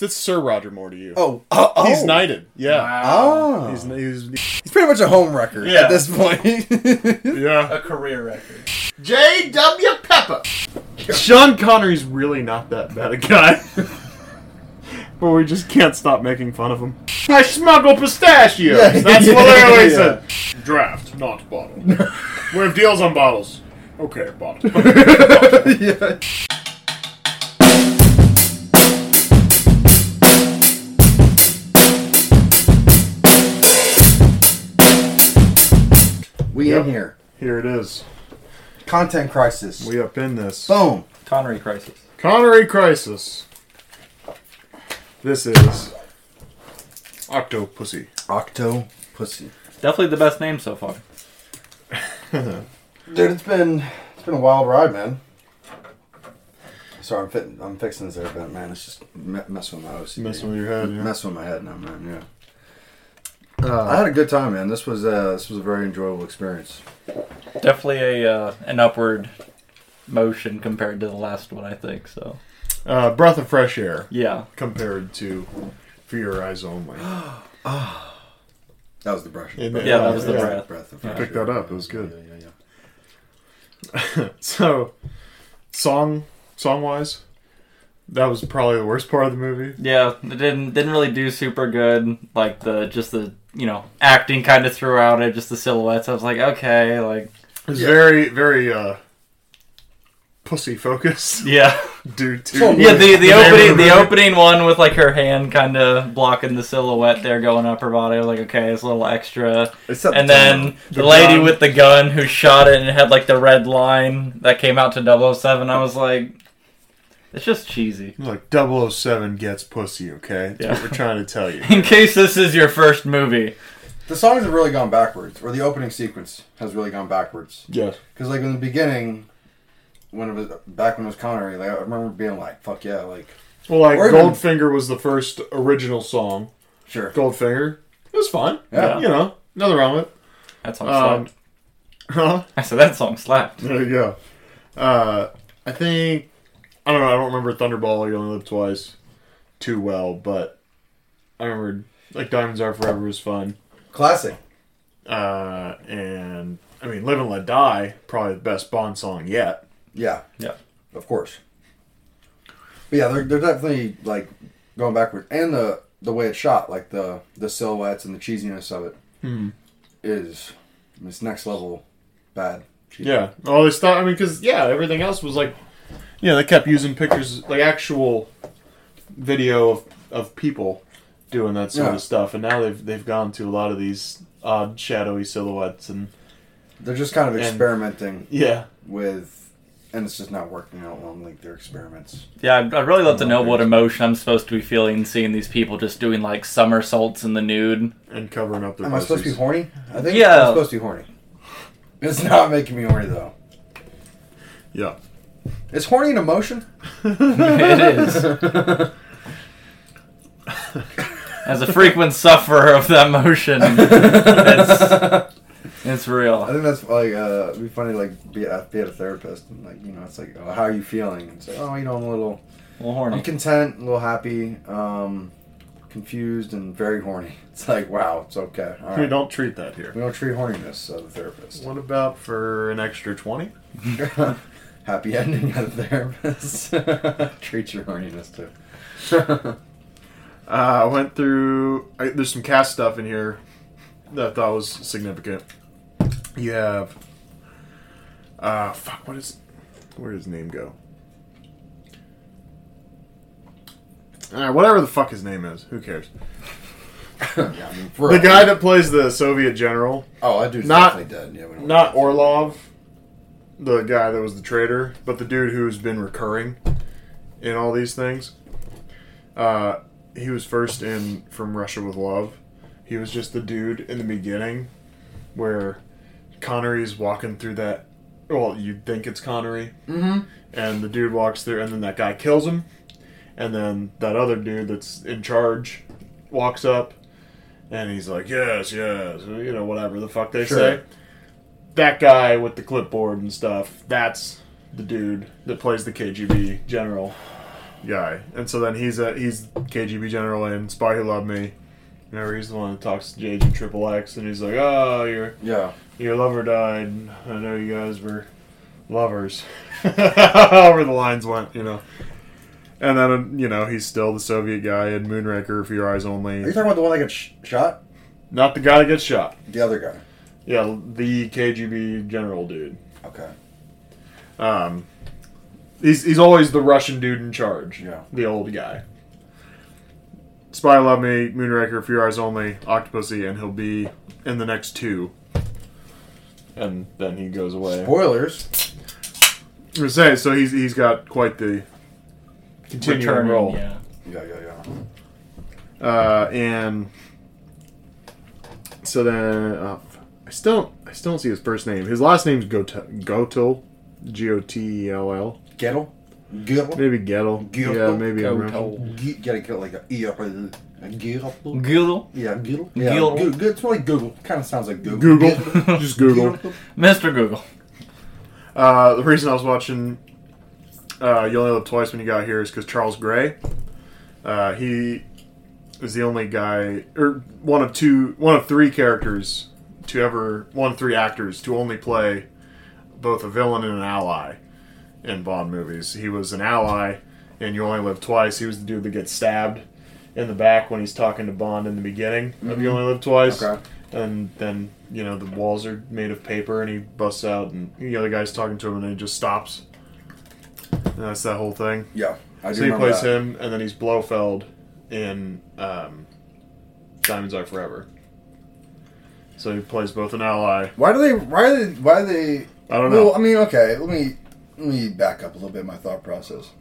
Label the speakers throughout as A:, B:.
A: that's Sir Roger Moore to you.
B: Oh, oh, oh.
A: He's knighted. Yeah.
C: Wow.
B: Oh,
A: He's,
B: he's,
A: he's
B: pretty much a home wrecker
A: Yeah.
B: at this point.
A: yeah.
C: A career record.
D: J.W. Pepper.
A: Sean Connery's really not that bad a guy. but we just can't stop making fun of him. I smuggle pistachios.
B: Yeah.
A: That's what I always
B: Yeah.
A: said. Draft, not bottle. we have deals on bottles. Okay, bottle.
B: yeah. We
A: Yep.
B: in here.
A: Here it is.
B: Content crisis.
A: We up in this.
B: Boom.
C: Connery crisis.
A: Connery Crisis. This is Octopussy.
B: Octo pussy.
C: Definitely the best name so far.
B: Dude, it's been it's been a wild ride, man. Sorry, I'm fitting, I'm fixing this air vent, man. It's just me- messing with my OCD.
A: Messing with your head, yeah. Uh,
B: Messing with my head now, man. Yeah. I had a good time, man. This was uh, this was a very enjoyable experience.
C: Definitely a uh, an upward motion compared to the last one, I think. So
A: Uh, breath of fresh air
C: yeah,
A: compared to For Your Eyes Only.
B: That was the brush.
A: Yeah, that
C: Yeah, was the breath.
B: of
C: Yeah.
B: fresh
A: Picked
B: air.
A: that up. It was good.
B: Yeah, yeah, yeah.
A: So, song song wise, that was probably the worst part of the movie.
C: yeah, it didn't didn't really do super good. Like the just the you know acting kind of throughout it, just the silhouettes. I was like, okay, like
A: It was
B: Yeah.
A: very very uh, pussy focused
C: yeah,
A: due to
B: Well,
C: yeah. The the
A: name of
C: opening the
A: movie.
C: opening one with like her hand kind of blocking the silhouette there going up her body. I was like, okay, it's a little extra.
B: Except
C: And
B: the
C: then the,
A: The
C: lady
A: gun.
C: with the gun who shot it and had like the red line that came out to 007, I was like, it's just cheesy.
A: like 007 gets pussy. Okay, that's
C: Yeah.
A: what we're trying to tell you.
C: In case this is your first movie,
B: The songs have really gone backwards, or the opening sequence has really gone backwards.
A: yes.
B: Because like in the beginning, when it was back when it was Connery, like I remember being like, "Fuck yeah!" Like
A: Well, like
B: Or even-
A: Goldfinger was the first original song.
B: sure.
A: Goldfinger, it was fine.
B: Yeah.
A: you know, nothing wrong with it.
C: that song
A: Um,
C: slapped.
A: huh?
C: I said that song slapped.
A: There you go. Uh, I think I don't know. I don't remember Thunderball. You only live twice, too well. But I remember like Diamonds Are Forever was fun.
B: Classic.
A: Uh, and I mean, Live and Let Die probably the best Bond song yet.
B: Yeah,
C: Yeah.
B: of course. But yeah, they're, they're definitely like going backwards, and the the way it's shot, like the the silhouettes and the cheesiness of it,
C: Hmm.
B: is I mean, it's next level bad. Cheesy.
A: Yeah. All this stuff. I mean, because yeah, everything else was like, you know, they kept using pictures, like actual video of, of people doing that sort
B: Yeah.
A: of stuff, and now they've they've gone to a lot of these odd shadowy silhouettes and
B: they're just kind of
A: And-
B: experimenting
A: yeah.
B: with, and it's just not working out on like their experiments.
C: Yeah, I'd, I'd really love to know what emotion I'm supposed to be feeling seeing these people just doing like somersaults in the nude.
A: And covering up their
B: Am I supposed to be
A: pussies.
B: horny? I think
C: Yeah.
B: I'm supposed to be horny. It's not making me horny though.
A: Yeah.
B: Is horny an emotion?
C: it is. As a frequent sufferer of that motion, it's, it's
B: I
C: real.
B: think that's like uh, it'd be funny like be at, be at a therapist and like you know it's like oh, how are you feeling? It's like oh you know I'm a little
C: A little horny.
B: I'm content, a little happy, um, confused and very horny. It's like wow, it's okay. All
A: We
B: right.
A: don't treat that here.
B: We don't treat horniness as a therapist.
A: What about for an extra 20?
B: happy ending as a therapist. treat your horniness too.
A: Uh, I went through. I, there's some cast stuff in here that I thought was significant. You have. Uh, fuck, what is. Where does his name go? Alright, Uh, whatever the fuck his name is. Who cares?
B: yeah, I mean, for
A: The
B: real.
A: guy that plays the Soviet general,
B: Oh, that dude's
A: Not-
B: definitely dead. Yeah, we don't
A: not Orlov, the guy that was the traitor, but the dude who's been recurring in all these things. Uh, he was first in From Russia with Love. He was just the dude in the beginning where Connery's walking through that. Well, you'd think it's Connery.
B: Mhm.
A: And the dude walks through, and then that guy kills him. And then that other dude that's in charge walks up, and he's like, yes, yes, you know, whatever the fuck they
B: Sure.
A: say. That guy with the clipboard and stuff, that's the dude that plays the KGB general. guy, and so then he's a he's KGB general in Spy Who Loved Me. Remember, he's the one that talks to Jage and Triple X, and he's like, "Oh, your
B: Yeah.
A: your lover died. I know you guys were lovers." However the lines went, you know. And then uh, you know he's still the Soviet guy in Moonraker for your eyes
B: Are you
A: only.
B: talking about the one that got sh- shot?
A: Not the guy that gets shot.
B: The other guy.
A: Yeah, the KGB general dude.
B: Okay.
A: Um, he's he's always the Russian dude in charge.
B: Yeah.
A: the old guy. Spy Love Me, Moonraker, Fear Eyes Only, Octopussy, and he'll be in the next two. And then he goes away.
B: Spoilers.
A: I was saying, so he's he's got quite the continuing
C: Returning,
A: role.
C: Yeah.
B: Yeah, yeah, yeah.
A: Uh, and so then uh, I still don't- I still don't see his first name. His last name's Gotel, Gotel, G O T E L L.
B: Gettle. Gettle.
A: Maybe Gettle.
B: Gotel.
A: Yeah, maybe I'm wrong.
B: Ge- Gotta get like a E up. a Gettle.
C: Google.
B: Yeah, Google. Yeah,
C: Google.
B: Google. It's like Google. Kind of sounds like Google.
A: Google.
B: Google.
A: Just Google.
C: Mr. Google.
A: Uh, the reason I was watching uh, You Only Live Twice When You Got Here is because Charles Gray, uh, he is the only guy, or one of two, one of three characters to ever, one of three actors to only play both a villain and an ally in Bond movies. He was an ally in You Only Live Twice. He was the dude that gets stabbed in the back when he's talking to Bond in the beginning of You Only Live Twice
B: Okay.
A: and then you know the walls are made of paper and he busts out and the other guy's talking to him and then he just stops and that's that whole thing
B: Yeah, I do
A: so he
B: remember
A: plays
B: that.
A: him and then he's blofeld in um, diamonds are forever so he plays both an ally
B: Why do they? Why do they? Why do they?
A: i don't
B: Well,
A: know
B: I mean, okay. Let me let me back up a little bit. My thought process.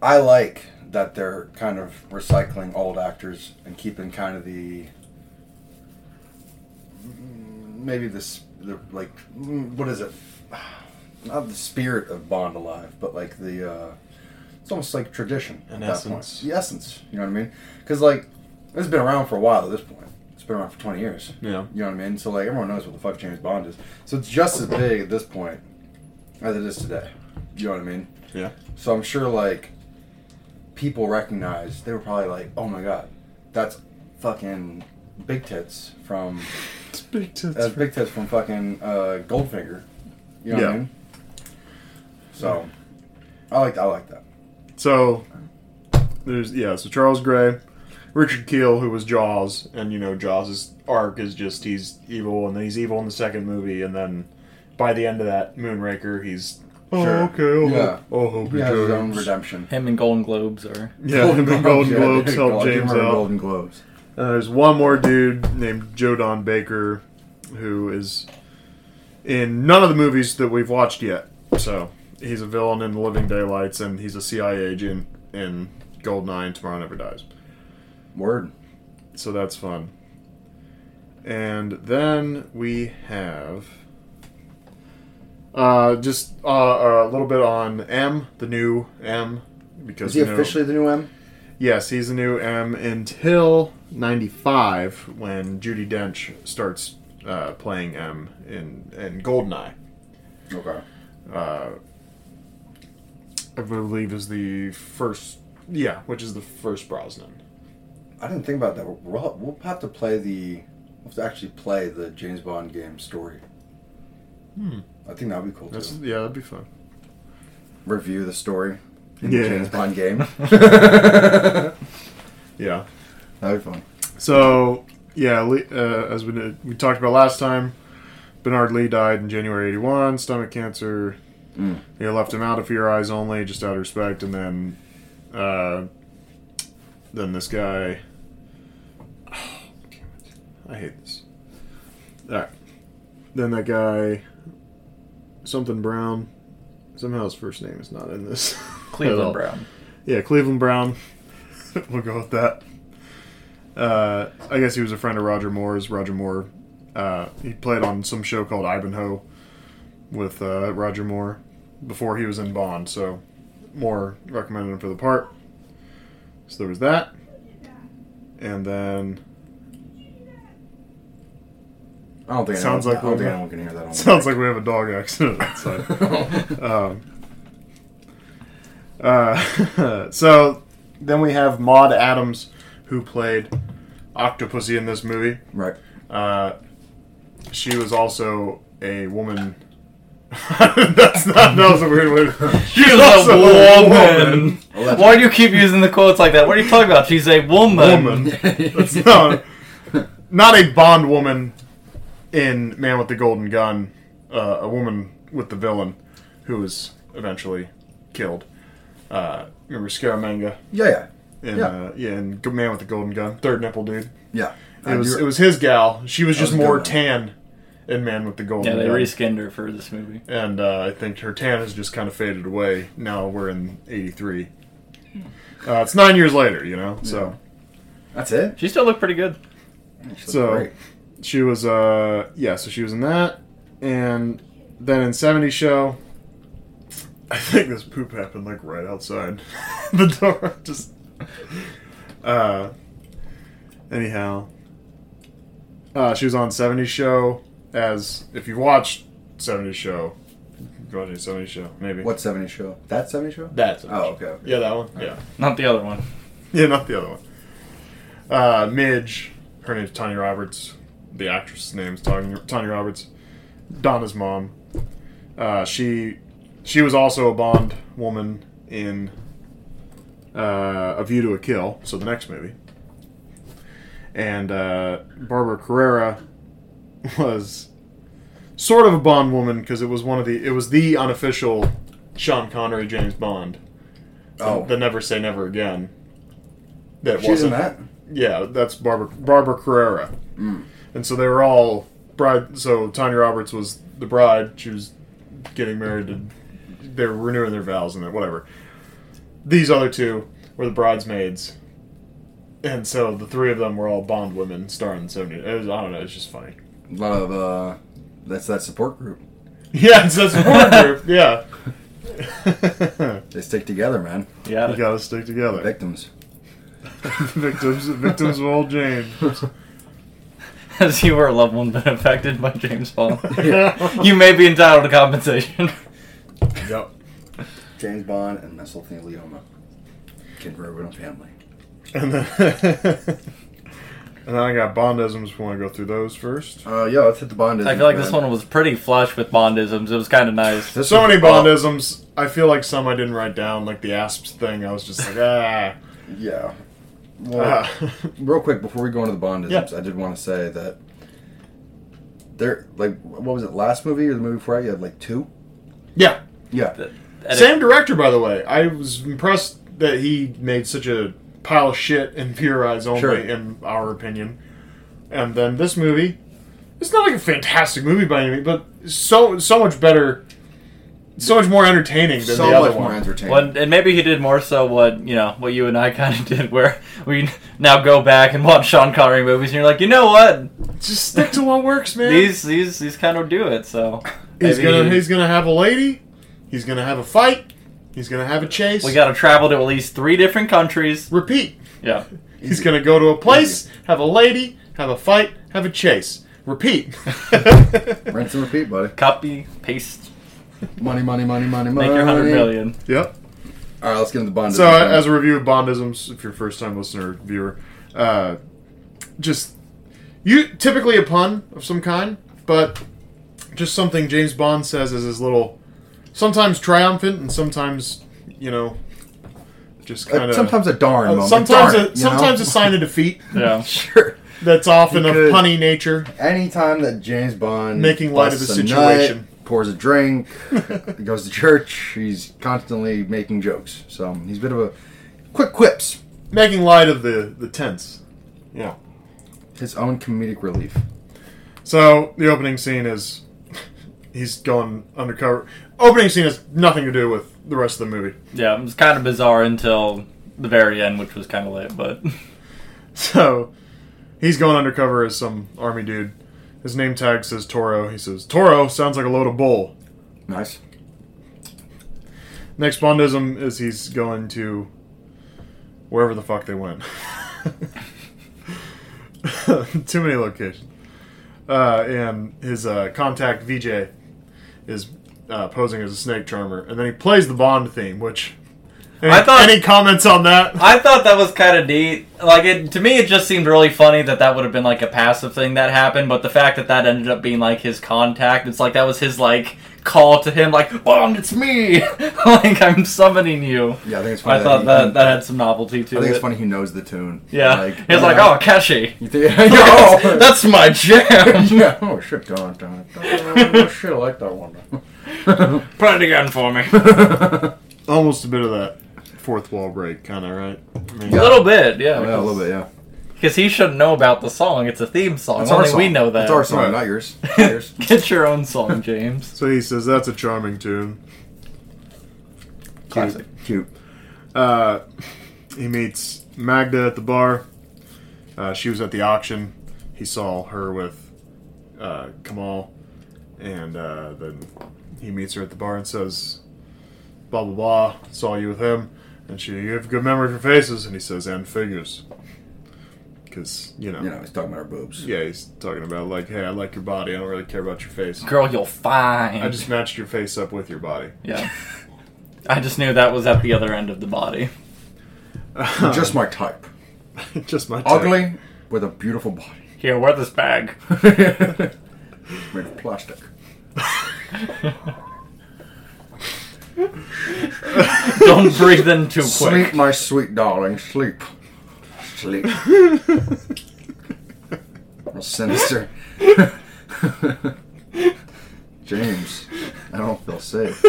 B: I like that they're kind of recycling old actors and keeping kind of the mm, maybe this the like mm, what is it? Not the spirit of Bond alive, but like the uh, it's almost like tradition
A: An
B: at that
A: essence.
B: point. The essence, you know what I mean? Because like it's been around for a while at this point. It's been around for twenty years.
A: yeah
B: You know what I mean? So like everyone knows what the fuck James Bond is. So it's just as big at this point as it is today. You know what I mean?
A: Yeah.
B: So I'm sure like people recognize they were probably like, Oh my god, that's fucking Big Tits from
A: big tits
B: that's Big Tits from fucking uh, Goldfinger. You know what
A: Yeah.
B: I mean? So I like I like that.
A: so there's yeah so charles gray richard keel who was jaws and you know jaws's arc is just he's evil and then he's evil in the second movie and then by the end of that moonraker he's oh
B: Sure.
A: okay oh
B: Yeah.
A: oh hope
B: He
A: he
B: has his own
A: joins."
B: redemption.
C: Him and Golden Globes are.
A: yeah golden, golden,
B: Yeah,
A: globes
B: I
A: helped
B: do
A: james
B: remember
A: out
B: Golden Globes.
A: uh, there's one more dude named Joe Don Baker who is in none of the movies that we've watched yet. So he's a villain in The Living Daylights, and he's a CIA agent in Goldeneye and Tomorrow Never Dies.
B: Word.
A: So that's fun. And then we have uh, just uh, a little bit on M, the new M, because
B: Is he
A: you know-
B: officially the new M?
A: Yes, he's a new M um, until '95 when Judy Dench starts uh, playing M in in Goldeneye.
B: Okay.
A: Uh, I believe is the first, yeah, which is the first Brosnan.
B: I didn't think about that. We'll, we'll have to play the. We'll have to actually play the James Bond game story.
A: Hmm.
B: I think that'd be cool
A: That's
B: to
A: yeah, that'd be fun.
B: review the story in
A: Yeah.
B: the James Bond game. that'd
A: Yeah.
B: be fun.
A: So yeah, Lee, uh, as we did- we talked about last time, Bernard Lee died in January '81, stomach cancer.
B: Mm.
A: They left him out of your eyes only, just out of respect, and then, uh, then this guy. I hate this. All right, then that guy, something Brown. Somehow his first name is not in this. at all.
C: Cleveland Brown.
A: Yeah, Cleveland Brown. we'll go with that. Uh, I guess he was a friend of Roger Moore's. Roger Moore. Uh, he played on some show called Ivanhoe with uh, Roger Moore before he was in Bond. So Moore recommended him for the part. So there was that. And then
B: I don't think
A: Sounds like
B: anyone, I
A: we're-
B: don't think anyone can hear that. On
A: Um, sounds like we have a dog accident outside.
B: like.
A: Um, Uh, so then we have Maud Adams, who played Octopussy in this movie.
B: Right.
A: Uh, she was also a woman. That's not. That was a weird one.
C: She's
A: also
C: a
A: a
C: woman.
A: woman.
C: Why do you keep using the quotes like that? What are you talking about? She's a woman.
A: Woman. That's not, not a Bond woman in Man with the Golden Gun. Uh, a woman with the villain who was eventually killed. Uh, remember Scaramanga?
B: Yeah, yeah,
A: In,
B: Yeah.
A: Uh, yeah, in Good Man with the Golden Gun. Third nipple dude.
B: yeah. I
A: It was,
B: do-
A: it was his gal. She was
B: That
A: just
B: was a good
A: more
B: one.
A: tan in Man with the Golden
C: Yeah, they
A: Gun.
C: reskinned her for this movie.
A: and uh, I think her tan has just kind of faded away. Now we're in '83.
B: Hmm.
A: Uh, it's nine years later, you know. So
B: That's it.
C: She still looked pretty good.
B: She
A: So-
B: looked great.
A: she was, uh, yeah. So she was in that, and then in '70 show, I think this poop happened like right outside the door. Just, uh, anyhow, uh, she was on '70 show as if you watched '70 show, if you watched any '70 show, maybe
B: what seventy show? That seventy show?
A: That's
B: Oh, okay. okay.
A: yeah, that one, yeah.
C: Not the other one.
A: Yeah, not the other one. Uh, Midge, her name's Tanya Roberts. The actress's name's Tanya, Tanya Roberts. Donna's mom. Uh, she she was also a Bond woman in uh, A View to a Kill, so the next movie. And uh, Barbara Carrera was sort of a Bond woman because it was one of the it was the unofficial Sean Connery James Bond.
B: Oh,
A: The Never Say Never Again. That
B: she's
A: wasn't-
B: in that. Mm.
A: Yeah, that's Barbara Barbara Carrera. And so they were all bride. So Tanya Roberts was the bride. She was getting married. To, they were renewing their vows and that whatever. These other two were the bridesmaids. And so the three of them were all Bond women starring in the 70s. It was, I don't know, it's just funny.
B: A lot of uh, that's that support group.
A: Yeah, it's a support group, yeah.
B: They stick together, man.
C: Yeah.
A: you gotta stick together.
B: Victims.
A: victims victims of old James.
C: As you were a loved one been affected by James Bond, you may be entitled to compensation.
A: Yep.
B: James Bond and mesothelioma. Convertible family.
A: And then, and then I got Bondisms. We want to go through those first.
B: Uh, yeah, let's hit the Bond.
C: I feel like this one was pretty flush with Bondisms. It was kind of nice.
B: This
A: So
B: one-
A: many Bondisms. I feel like some I didn't write down, like the asps thing. I was just like, ah.
B: Yeah. Well,
A: ah.
B: real quick before we go into the Bondisms,
A: Yeah.
B: I did want to say that there, like, what was it? Last movie or the movie before? You had like two.
A: yeah.
B: Yeah.
C: And
A: Same director, by the way. I was impressed that he made such a pile of shit in Pure Eyes Only,
B: Sure.
A: in our opinion. And then this movie, it's not like a fantastic movie by any means, but so so much better, so much more entertaining than
B: so
A: the other
B: much more
A: one.
B: entertaining.
C: Well, and maybe he did more so what you know what you and I kind of did, where we now go back and watch Sean Connery movies, and you're like, you know what,
A: Just stick to what works, man.
C: these these these kind of do it. So
A: He's
C: maybe
A: gonna he's gonna have a lady. He's gonna have a fight. He's gonna have a chase.
C: we got to travel to at least three different countries.
A: repeat.
C: Yeah,
A: He's gonna go to a place, have a lady, have a fight, have a chase. Repeat.
B: Rinse and repeat, buddy.
C: copy paste,
B: Money, money, money, money, money.
C: make your hundred million.
A: yep.
B: All right, let's get into the Bond.
A: So uh, as a review of Bondisms, if you're a first time listener or viewer, uh, just you typically a pun of some kind, but just something James Bond says as his little, sometimes triumphant and sometimes you know, just kind of
B: Uh, sometimes a darn moment.
A: Uh, sometimes
B: Darn
A: a,
B: it, you know?
A: sometimes a sign of defeat
C: Yeah,
B: sure.
A: that's often
B: You
A: of
B: could-
A: punny nature.
B: Anytime that James Bond
A: Making light of
B: busts
A: the
B: a
A: situation.
B: nut, pours a drink, goes to church, he's constantly making jokes. So um, he's a bit of a quick quips.
A: Making light of the the tense. Yeah.
B: His own comedic relief.
A: So the opening scene is he's going undercover. Opening scene has nothing to do with the rest of the movie.
C: yeah, it was kind of bizarre until the very end, which was kind of late, but
A: So he's going undercover as some army dude. His name tag says Toro. He says Toro sounds like a load of bull.
B: Nice.
A: Next Bondism is he's going to wherever the fuck they went. Too many locations. Uh, and his uh, contact VJ is uh, posing as a snake charmer, and then he plays the Bond theme, which Any,
C: I thought-
A: any comments on that?
C: I thought that was kind of neat. Like it to me, it just seemed really funny that that would have been like a passive thing that happened, but the fact that that ended up being like his contact, it's like that was his like call to him, like Bond, it's me, like I'm summoning you.
B: Yeah, I think it's funny.
C: I thought
B: he-
C: that that had some novelty
B: I
C: to
B: think it's
C: it.
B: funny he knows the tune.
C: Yeah,
B: Like,
C: he's like,
B: yeah.
C: oh, Kashi.
B: You think- oh.
C: That's my jam.
B: yeah. Oh shit, God damn it. Oh shit, I like that one.
C: Put it again for me.
A: Almost a bit of that fourth wall break, kind of right. I mean,
C: A little bit, yeah.
B: yeah, a little bit, yeah.
C: Because he should know about the song. It's a theme song.
B: That's
C: Only
B: our song.
C: we know that.
B: That's our song,
A: Right.
B: not yours. Not yours.
C: Get your own song, James.
A: So he says that's a charming tune.
C: Classic.
B: Cute.
A: Uh, he meets Magda at the bar. Uh, she was at the auction. He saw her with uh, Kamal, and uh, then he meets her at the bar and says, "Blah blah blah." Saw you with him, and she, "You have a good memory for faces." And he says, "And figures," because you know,
B: You know, he's talking about our boobs.
A: yeah, he's talking about like, "Hey, I like your body. I don't really care about your face.
C: Girl, you'll find.
A: I just matched your face up with your body."
C: Yeah. I just knew that was at the other end of the body.
B: You're Just my type.
A: just my type.
B: Ugly with a beautiful body.
C: Here, wear this bag.
B: Made of plastic.
C: Don't breathe in too quick.
B: Sleep, my sweet darling, sleep. Sleep. Real sinister. James, I don't feel safe.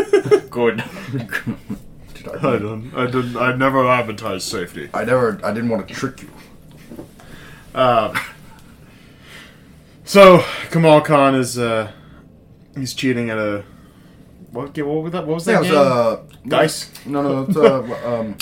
C: Good.
B: Did I-
A: I don't. I didn't. I never advertised safety.
B: I never, I didn't want to trick you.
A: Uh, so Kamal Khan is uh, he's cheating at a what? ga- What was that? What was that?
B: Yeah, it was,
A: game?
B: uh,
A: Dice.
B: No, no, it's, uh, um,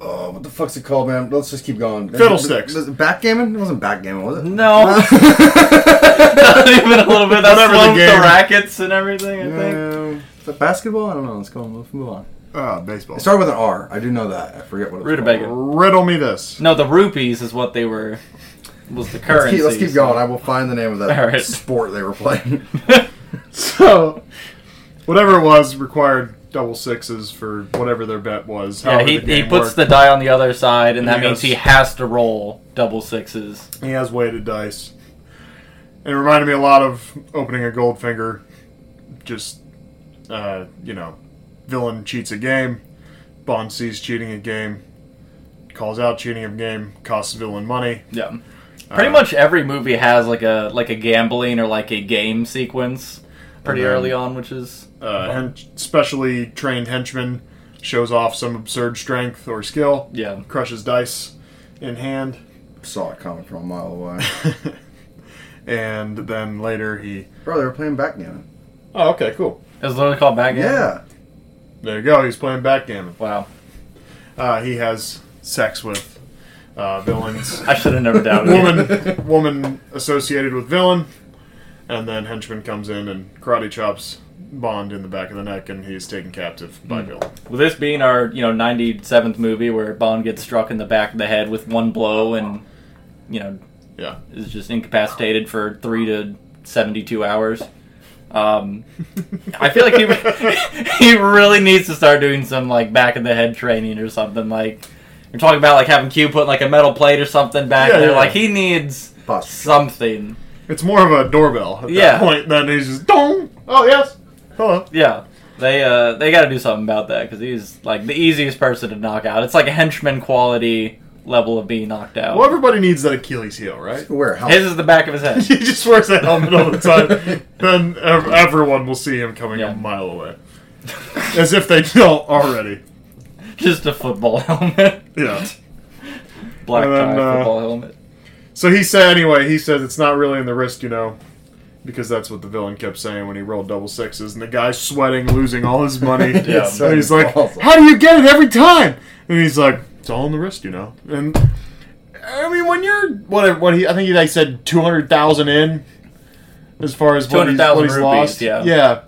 B: uh, what the fuck's it called, man? Let's just keep going.
A: Fiddlesticks.
B: Was it backgammon? It wasn't backgammon, was it?
C: No. Not even a little bit. That's
A: Whatever the
C: the, the
A: game.
C: rackets and everything, I think.
B: Um, is it basketball? I don't know. Let's go. Let's move on.
A: Uh, baseball.
B: It started with an R. I do know that. I forget what it was.
C: Rutabaga.
B: called.
A: Riddle me this.
C: No, the rupees is what they were. Was the
B: Let's
C: currency.
B: keep, let's keep going. I will find the name of that
C: All right.
B: sport they were playing.
A: So whatever it was required double sixes for whatever their bet was.
C: Yeah,
A: however
C: he,
A: Oh, the
C: he
A: game
C: puts the
A: worked.
C: die on the other side, and,
A: And
C: that
A: he
C: means
A: goes-
C: he has to roll double sixes.
A: he has weighted dice. It reminded me a lot of opening a Goldfinger. Just uh, you know, villain cheats a game. Bond sees cheating a game. Calls out cheating a game. Costs villain money.
C: Yeah.
A: Uh,
C: Pretty much every movie has like a like a gambling or like a game sequence pretty
A: And then-
C: early on, which is
A: uh, hen- specially trained henchman shows off some absurd strength or skill,
C: yeah.
A: crushes dice in hand,
B: Saw it coming from a mile away.
A: and then later he.
B: Bro, they were playing backgammon.
A: Oh, okay, cool.
C: It was literally called back.
B: Yeah.
A: There you go. He's playing backgammon.
C: Wow.
A: Uh, he has sex with uh, villains,
C: I should have never doubted it.
A: woman, woman associated with villain, and then henchman comes in and karate chops Bond in the back of the neck, and he's taken captive by
C: Hmm.
A: villain.
C: With this being our, you know, ninety seventh movie where Bond gets struck in the back of the head with one blow and you know,
A: Yeah.
C: is just incapacitated for three to seventy two hours. Um I feel like he he really needs to start doing some like back of the head training or something. Like you're talking about like having Q put like a metal plate or something back
A: Yeah,
C: there.
A: yeah.
C: Like he needs
B: Posture.
C: something.
A: It's more of a doorbell at
C: Yeah.
A: that point than he's just dong. Oh yes, hello.
C: Yeah. They uh they got to do something about that because he's like the easiest person to knock out. It's like a henchman quality level of being knocked out.
A: Well, everybody needs that Achilles heel, right?
B: Where? How?
C: His is the back of his head.
A: he just wears that helmet all the time. then ev- everyone will see him coming
C: Yeah.
A: a mile away, as if they don't already.
C: Just a football helmet,
A: Yeah.
C: black
A: And then,
C: tie
A: uh,
C: football helmet.
A: So he said anyway. He says it's not really in the wrist, you know, because that's what the villain kept saying when he rolled double sixes, and the guy's sweating, losing all his money.
C: Yeah.
A: And he's like,
B: Awesome.
A: "How do you get it every time?" And he's like, "It's all in the wrist, you know." And I mean, when you're what? What he? I think he like said two hundred thousand in, as far as what he's,
C: 200,000
A: what he's
C: rupees,
A: lost.
C: yeah.
A: yeah.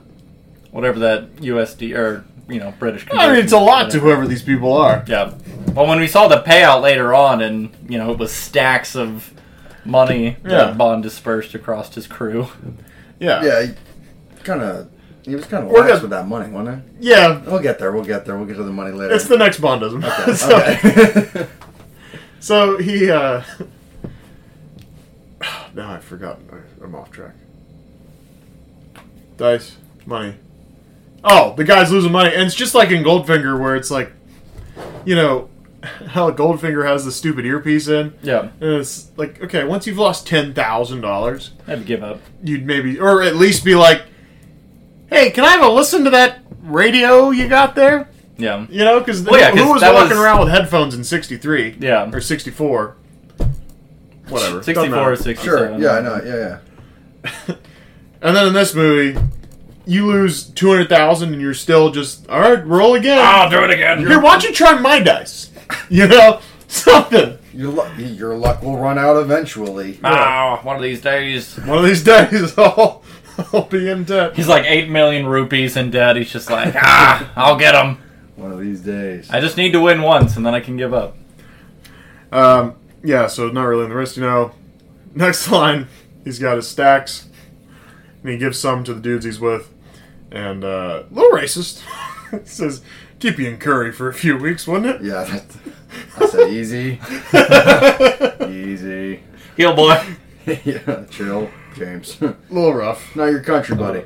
C: Whatever that USD or you know British.
A: I mean, it's a lot to
C: conversion,
A: whoever these people are.
C: whatever. Yeah. Well, when we saw the payout later on, and you know it was stacks of money
A: Yeah.
C: that Bond dispersed across his crew.
A: Yeah.
B: Yeah. Kind of. He was kind of
A: We're
B: lax
A: gonna-
B: with that money, wasn't he?
A: Yeah,
B: We'll get there. We'll get there. We'll get to the money later.
A: it's the next Bondism.
B: okay.
A: so,
B: okay.
A: so he. Uh, now I've forgotten. I- I'm off track. Dice, money. Oh, the guy's losing money, and it's just like in Goldfinger, where it's like, you know, how Goldfinger has the stupid earpiece in.
C: Yeah,
A: And it's like, okay, once you've lost ten thousand dollars,
C: I'd give up.
A: you'd maybe, or at least be like, "Hey, can I have a listen to that radio you got there?"
C: Yeah,
A: You know, because
C: Well, yeah,
A: who
C: 'cause
A: was
C: that
A: walking
C: was-
A: around with headphones in '63
C: yeah.
A: or '64? Whatever. doesn't
C: Sixty-four or
A: matter.
C: sixty-seven.
B: Sure. Yeah, I know. Yeah, yeah.
A: And then in this movie, you lose two hundred thousand, and you're still just all right. Roll again.
C: I'll do it again.
A: Here, why don't you try my dice? You know, something.
B: Your luck, your luck will run out eventually.
C: Ah, one of these days.
A: One of these days, I'll, I'll be in debt.
C: He's like eight million rupees in debt. He's just like, ah, I'll get him.
B: One of these days.
C: I just need to win once, and then I can give up.
A: Um, yeah, so not really in the wrist, you know. Next line, he's got his stacks, and he gives some to the dudes he's with. And uh, a little racist says, "Keep you in curry for a few weeks, wouldn't it?"
B: yeah. That, I said easy, easy.
C: Heel boy.
B: yeah, chill, James.
A: a little rough.
B: Not your country, buddy.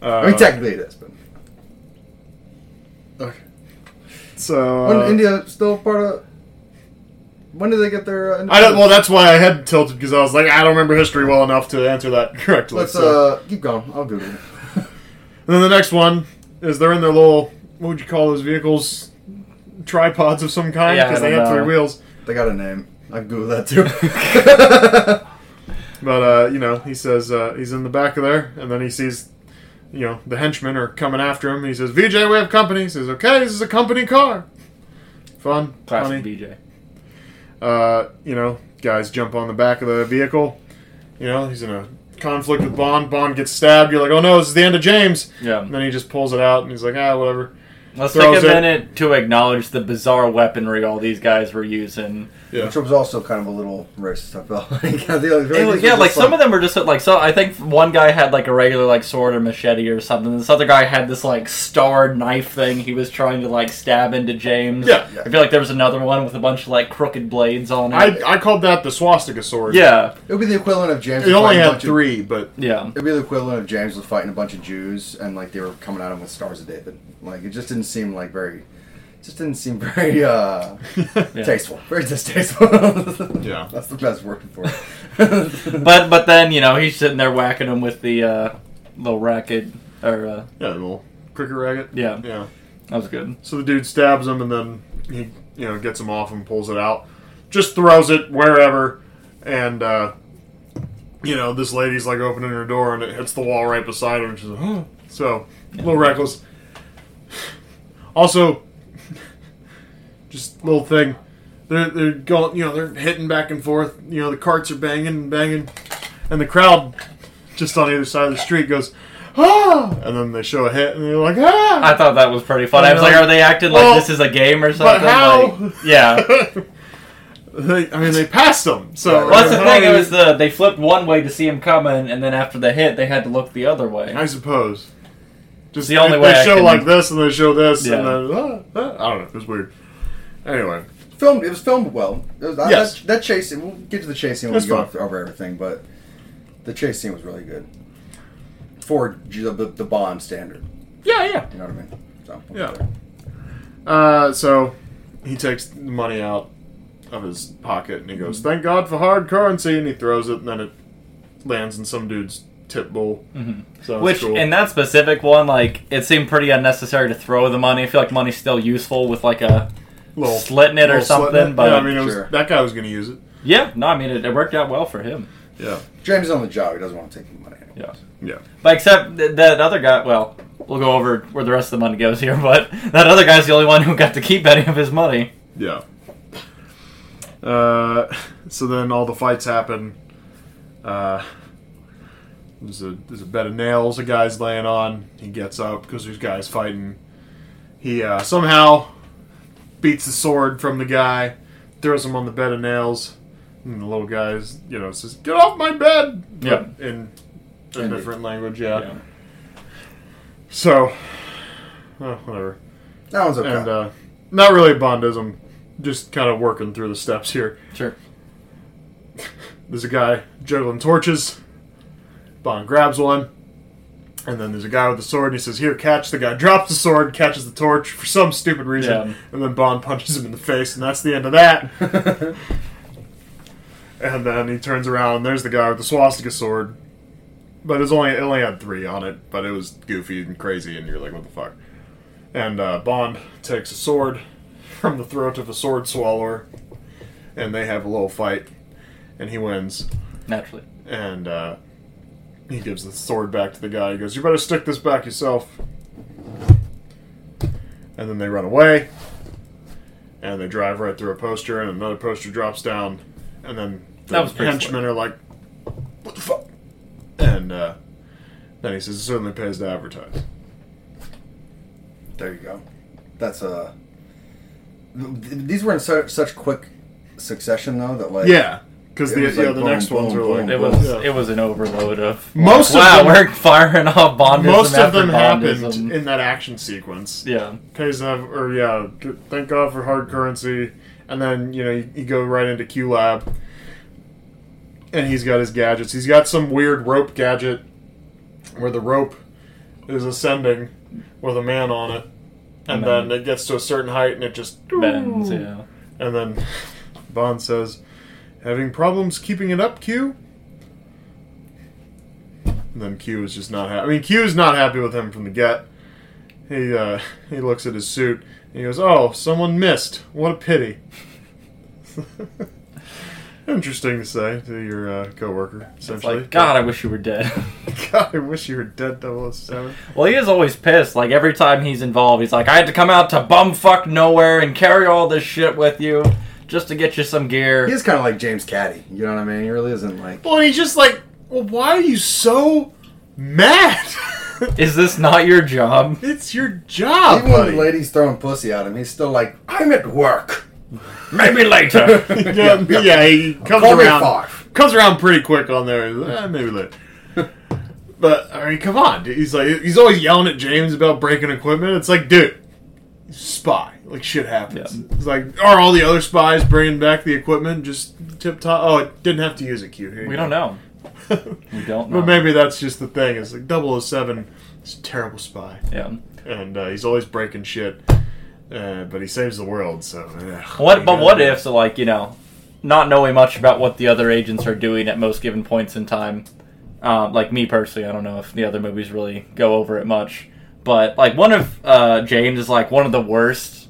A: Uh,
B: I mean, technically it is, but
A: so
B: when
A: uh,
B: India still part of. When did they get their? Uh,
A: I don't. Well, that's why I had tilted because I was like, I don't remember history well enough to answer that correctly.
B: Let's
A: so.
B: uh keep going. I'll Google it.
A: And then the next one is they're in their little what would you call those vehicles? Tripods of some kind
C: Yeah, uh, I
A: because they
C: don't
A: have three
C: know.
A: wheels.
B: They got a name. I can Google that too.
A: But uh, you know, he says uh, he's in the back of there, and then he sees, you know, the henchmen are coming after him. And he says, "VJ, we have company." He says, "Okay, this is a company car." Fun, funny.
C: Classic BJ.
A: Uh, you know, guys jump on the back of the vehicle. You know, he's in a conflict with Bond. Bond gets stabbed. You're like, "Oh no, this is the end of James."
C: Yeah.
A: And then he just pulls it out, and he's like, "Ah, whatever."
C: Let's
A: Throws
C: take a
A: it.
C: minute to acknowledge the bizarre weaponry all these guys were using.
A: Yeah.
B: Which was also kind of a little racist. I felt like I feel
C: It was- yeah, like some of them were just like so. I think one guy had like a regular like sword or machete or something. This other guy had this like star knife thing he was trying to like stab into James.
A: Yeah.
B: Yeah.
C: I feel like there was another one with a bunch of like crooked blades on it.
A: I, I called that the swastika sword.
C: yeah,
B: It would be the equivalent of James.
A: It only
B: fighting a
A: had
B: bunch of-
A: three, but
C: yeah.
B: It'd be the equivalent of James was fighting a bunch of Jews and like they were coming at him with stars of David. Like it just didn't seem like very, it just didn't seem very uh tasteful, very distasteful.
A: Yeah.
B: that's the best word for it.
C: But but then you know he's sitting there whacking him with the uh, little racket or uh,
A: yeah, the little cricket racket.
C: yeah
A: Yeah.
C: that was good.
A: So the dude stabs him, and then he, you know, gets him off and pulls it out. Just throws it wherever, and uh, you know, this lady's like opening her door, and it hits the wall right beside her, and she's like, "Huh." so a little reckless. Also, just little thing. They're, they're going, you know, they're hitting back and forth. You know, the carts are banging and banging, and the crowd just on either side of the street goes, ah! And then they show a hit, and they're like, ah!
C: I thought that was pretty fun. I was like, are they acting like
A: Well,
C: this is a game or something?
A: how?
C: Like, yeah.
A: They, I mean, they passed them. So uh,
B: Right.
C: Well, that's the
A: how
C: thing.
A: do
C: It
A: you-
C: was the they flipped one way to see him coming, and then after the hit, they had to look the other way.
A: I suppose. Just
C: The only
A: they,
C: way
A: they
C: I
A: show
C: can-
A: like this, and they show this,
C: Yeah.
A: and then ah, ah, I don't know. It was weird. Anyway,
B: filmed, it was filmed well. It was, I-
A: Yes.
B: that, that chase. We'll get to the chase scene when
A: That's
B: we go
A: fine.
B: off- over everything, but the chase scene was really good for J- the, the Bond standard.
A: yeah, yeah,
B: You know what I mean? So, we'll
A: yeah.
B: get there.
A: Uh, so he takes the money out of his pocket, and he goes,
C: Mm-hmm.
A: "Thank God for hard currency," and he throws it, and then it lands in some dude's tip bowl.
C: Mhm.
A: So that's
C: Which
A: cool.
C: in that specific one, like it seemed pretty unnecessary to throw the money. I feel like money's still useful with like a
A: Little-
C: slit in it or
A: little slit in
C: something.
A: it.
C: But
A: yeah, I mean, it was,
B: Sure.
A: that guy was going to use it.
C: yeah, no, I mean it, it worked out well for him.
A: Yeah,
B: James is on the job. He doesn't want to take any money. Anyway.
C: Yeah.
A: yeah.
C: But except th- that other guy. Well, we'll go over where the rest of the money goes here. But that other guy's the only one who got to keep any of his money.
A: Yeah. Uh, so then all the fights happen. Uh, there's a there's a bed of nails. A guy's laying on. He gets up because there's guys fighting. He uh, somehow beats the sword from the guy, throws him on the bed of nails, and the little guy's you know says, "Get off my bed!"
C: Yep.
A: in a
B: Indeed.
C: Uh,
A: different language.
C: Yeah.
A: Yeah. So, oh, whatever.
B: That one's okay.
A: And uh, not really Bondism, just kind of working through the steps here.
C: Sure.
A: There's a guy juggling torches. Bond grabs one. And then there's a guy with a sword, and he says, Here, catch. The guy drops the sword, catches the torch for some stupid reason.
C: Yeah.
A: And then Bond punches him in the face, and that's the end of that. and then he turns around, and there's the guy with the swastika sword. But it's only it only had three on it, but it was goofy and crazy, and you're like, what the fuck? And uh, Bond takes a sword from the throat of a sword swallower, and they have a little fight, and he wins.
C: Naturally.
A: And uh, he gives the sword back to the guy. He goes, "You better stick this back yourself." And then they run away, and they drive right through a poster, and another poster drops down, and then the
C: That was pretty
A: henchmen are like, "What the fuck?" And uh, then he says, "It certainly pays to advertise."
B: There you go. That's Uh, th- th- these were in such, such quick succession though that like
A: Yeah, because
B: It
A: the,
B: was
A: yeah,
B: like
A: the
B: boom,
A: next ones
B: boom,
A: are like
B: boom,
C: It was
A: Yeah.
C: it was an overload of
A: Most of
C: wow,
A: them-
C: we're firing off bondism.
A: most of
C: after
A: them happened
C: Bondism.
A: in that action sequence.
C: yeah,
A: Pays off, or yeah, g- thank God for hard currency. And then, you know, you, you go right into Q Lab. And he's got his gadgets. He's got some weird rope gadget where the rope is ascending with a man on it. And
C: And then-
A: then it gets to a certain height and it just.
C: bends. Yeah,
A: And then Bond says, Having problems keeping it up, Q? And then Q is just not happy. I mean, Q is not happy with him from the get. He, uh, he looks at his suit and he goes, Oh, someone missed. What a pity. Interesting to say to your uh, coworker,
C: it's
A: essentially.
C: like God, I wish you were dead.
A: God, I wish you were dead, 007.
C: well, he is always pissed. Like every time he's involved, he's like, I had to come out to bumfuck nowhere and carry all this shit with you just to get you some gear.
B: He is kind of like James Caddy. You know what I mean? He really isn't like.
A: Well, he's just like, Well, why are you so mad?
C: Is this not your job?
A: it's your job.
B: Even when
A: buddy.
B: the lady's throwing pussy at him, he's still like, I'm at work.
C: Maybe later.
A: yeah, yeah, he comes
B: Call me
A: around.
B: five.
A: Comes around pretty quick on there. He's like, "Eh, maybe later. But I mean, come on. dude. He's like, he's always yelling at James about breaking equipment. It's like, dude, spy. Like shit happens.
C: Yeah.
A: It's like, are all the other spies bringing back the equipment just tip top? Oh, it didn't have to use a cue here.
C: we don't know. We don't know.
A: but maybe that's just the thing. It's like 007 is a terrible spy,
C: Yeah.
A: and uh, he's always breaking shit. Uh, but he saves the world, so. ugh,
C: What?
A: you
C: But
A: gotta-
C: what if? So like you know, not knowing much about what the other agents are doing at most given points in time. Um, like me personally, I don't know if the other movies really go over it much. But like one of uh, James is like one of the worst.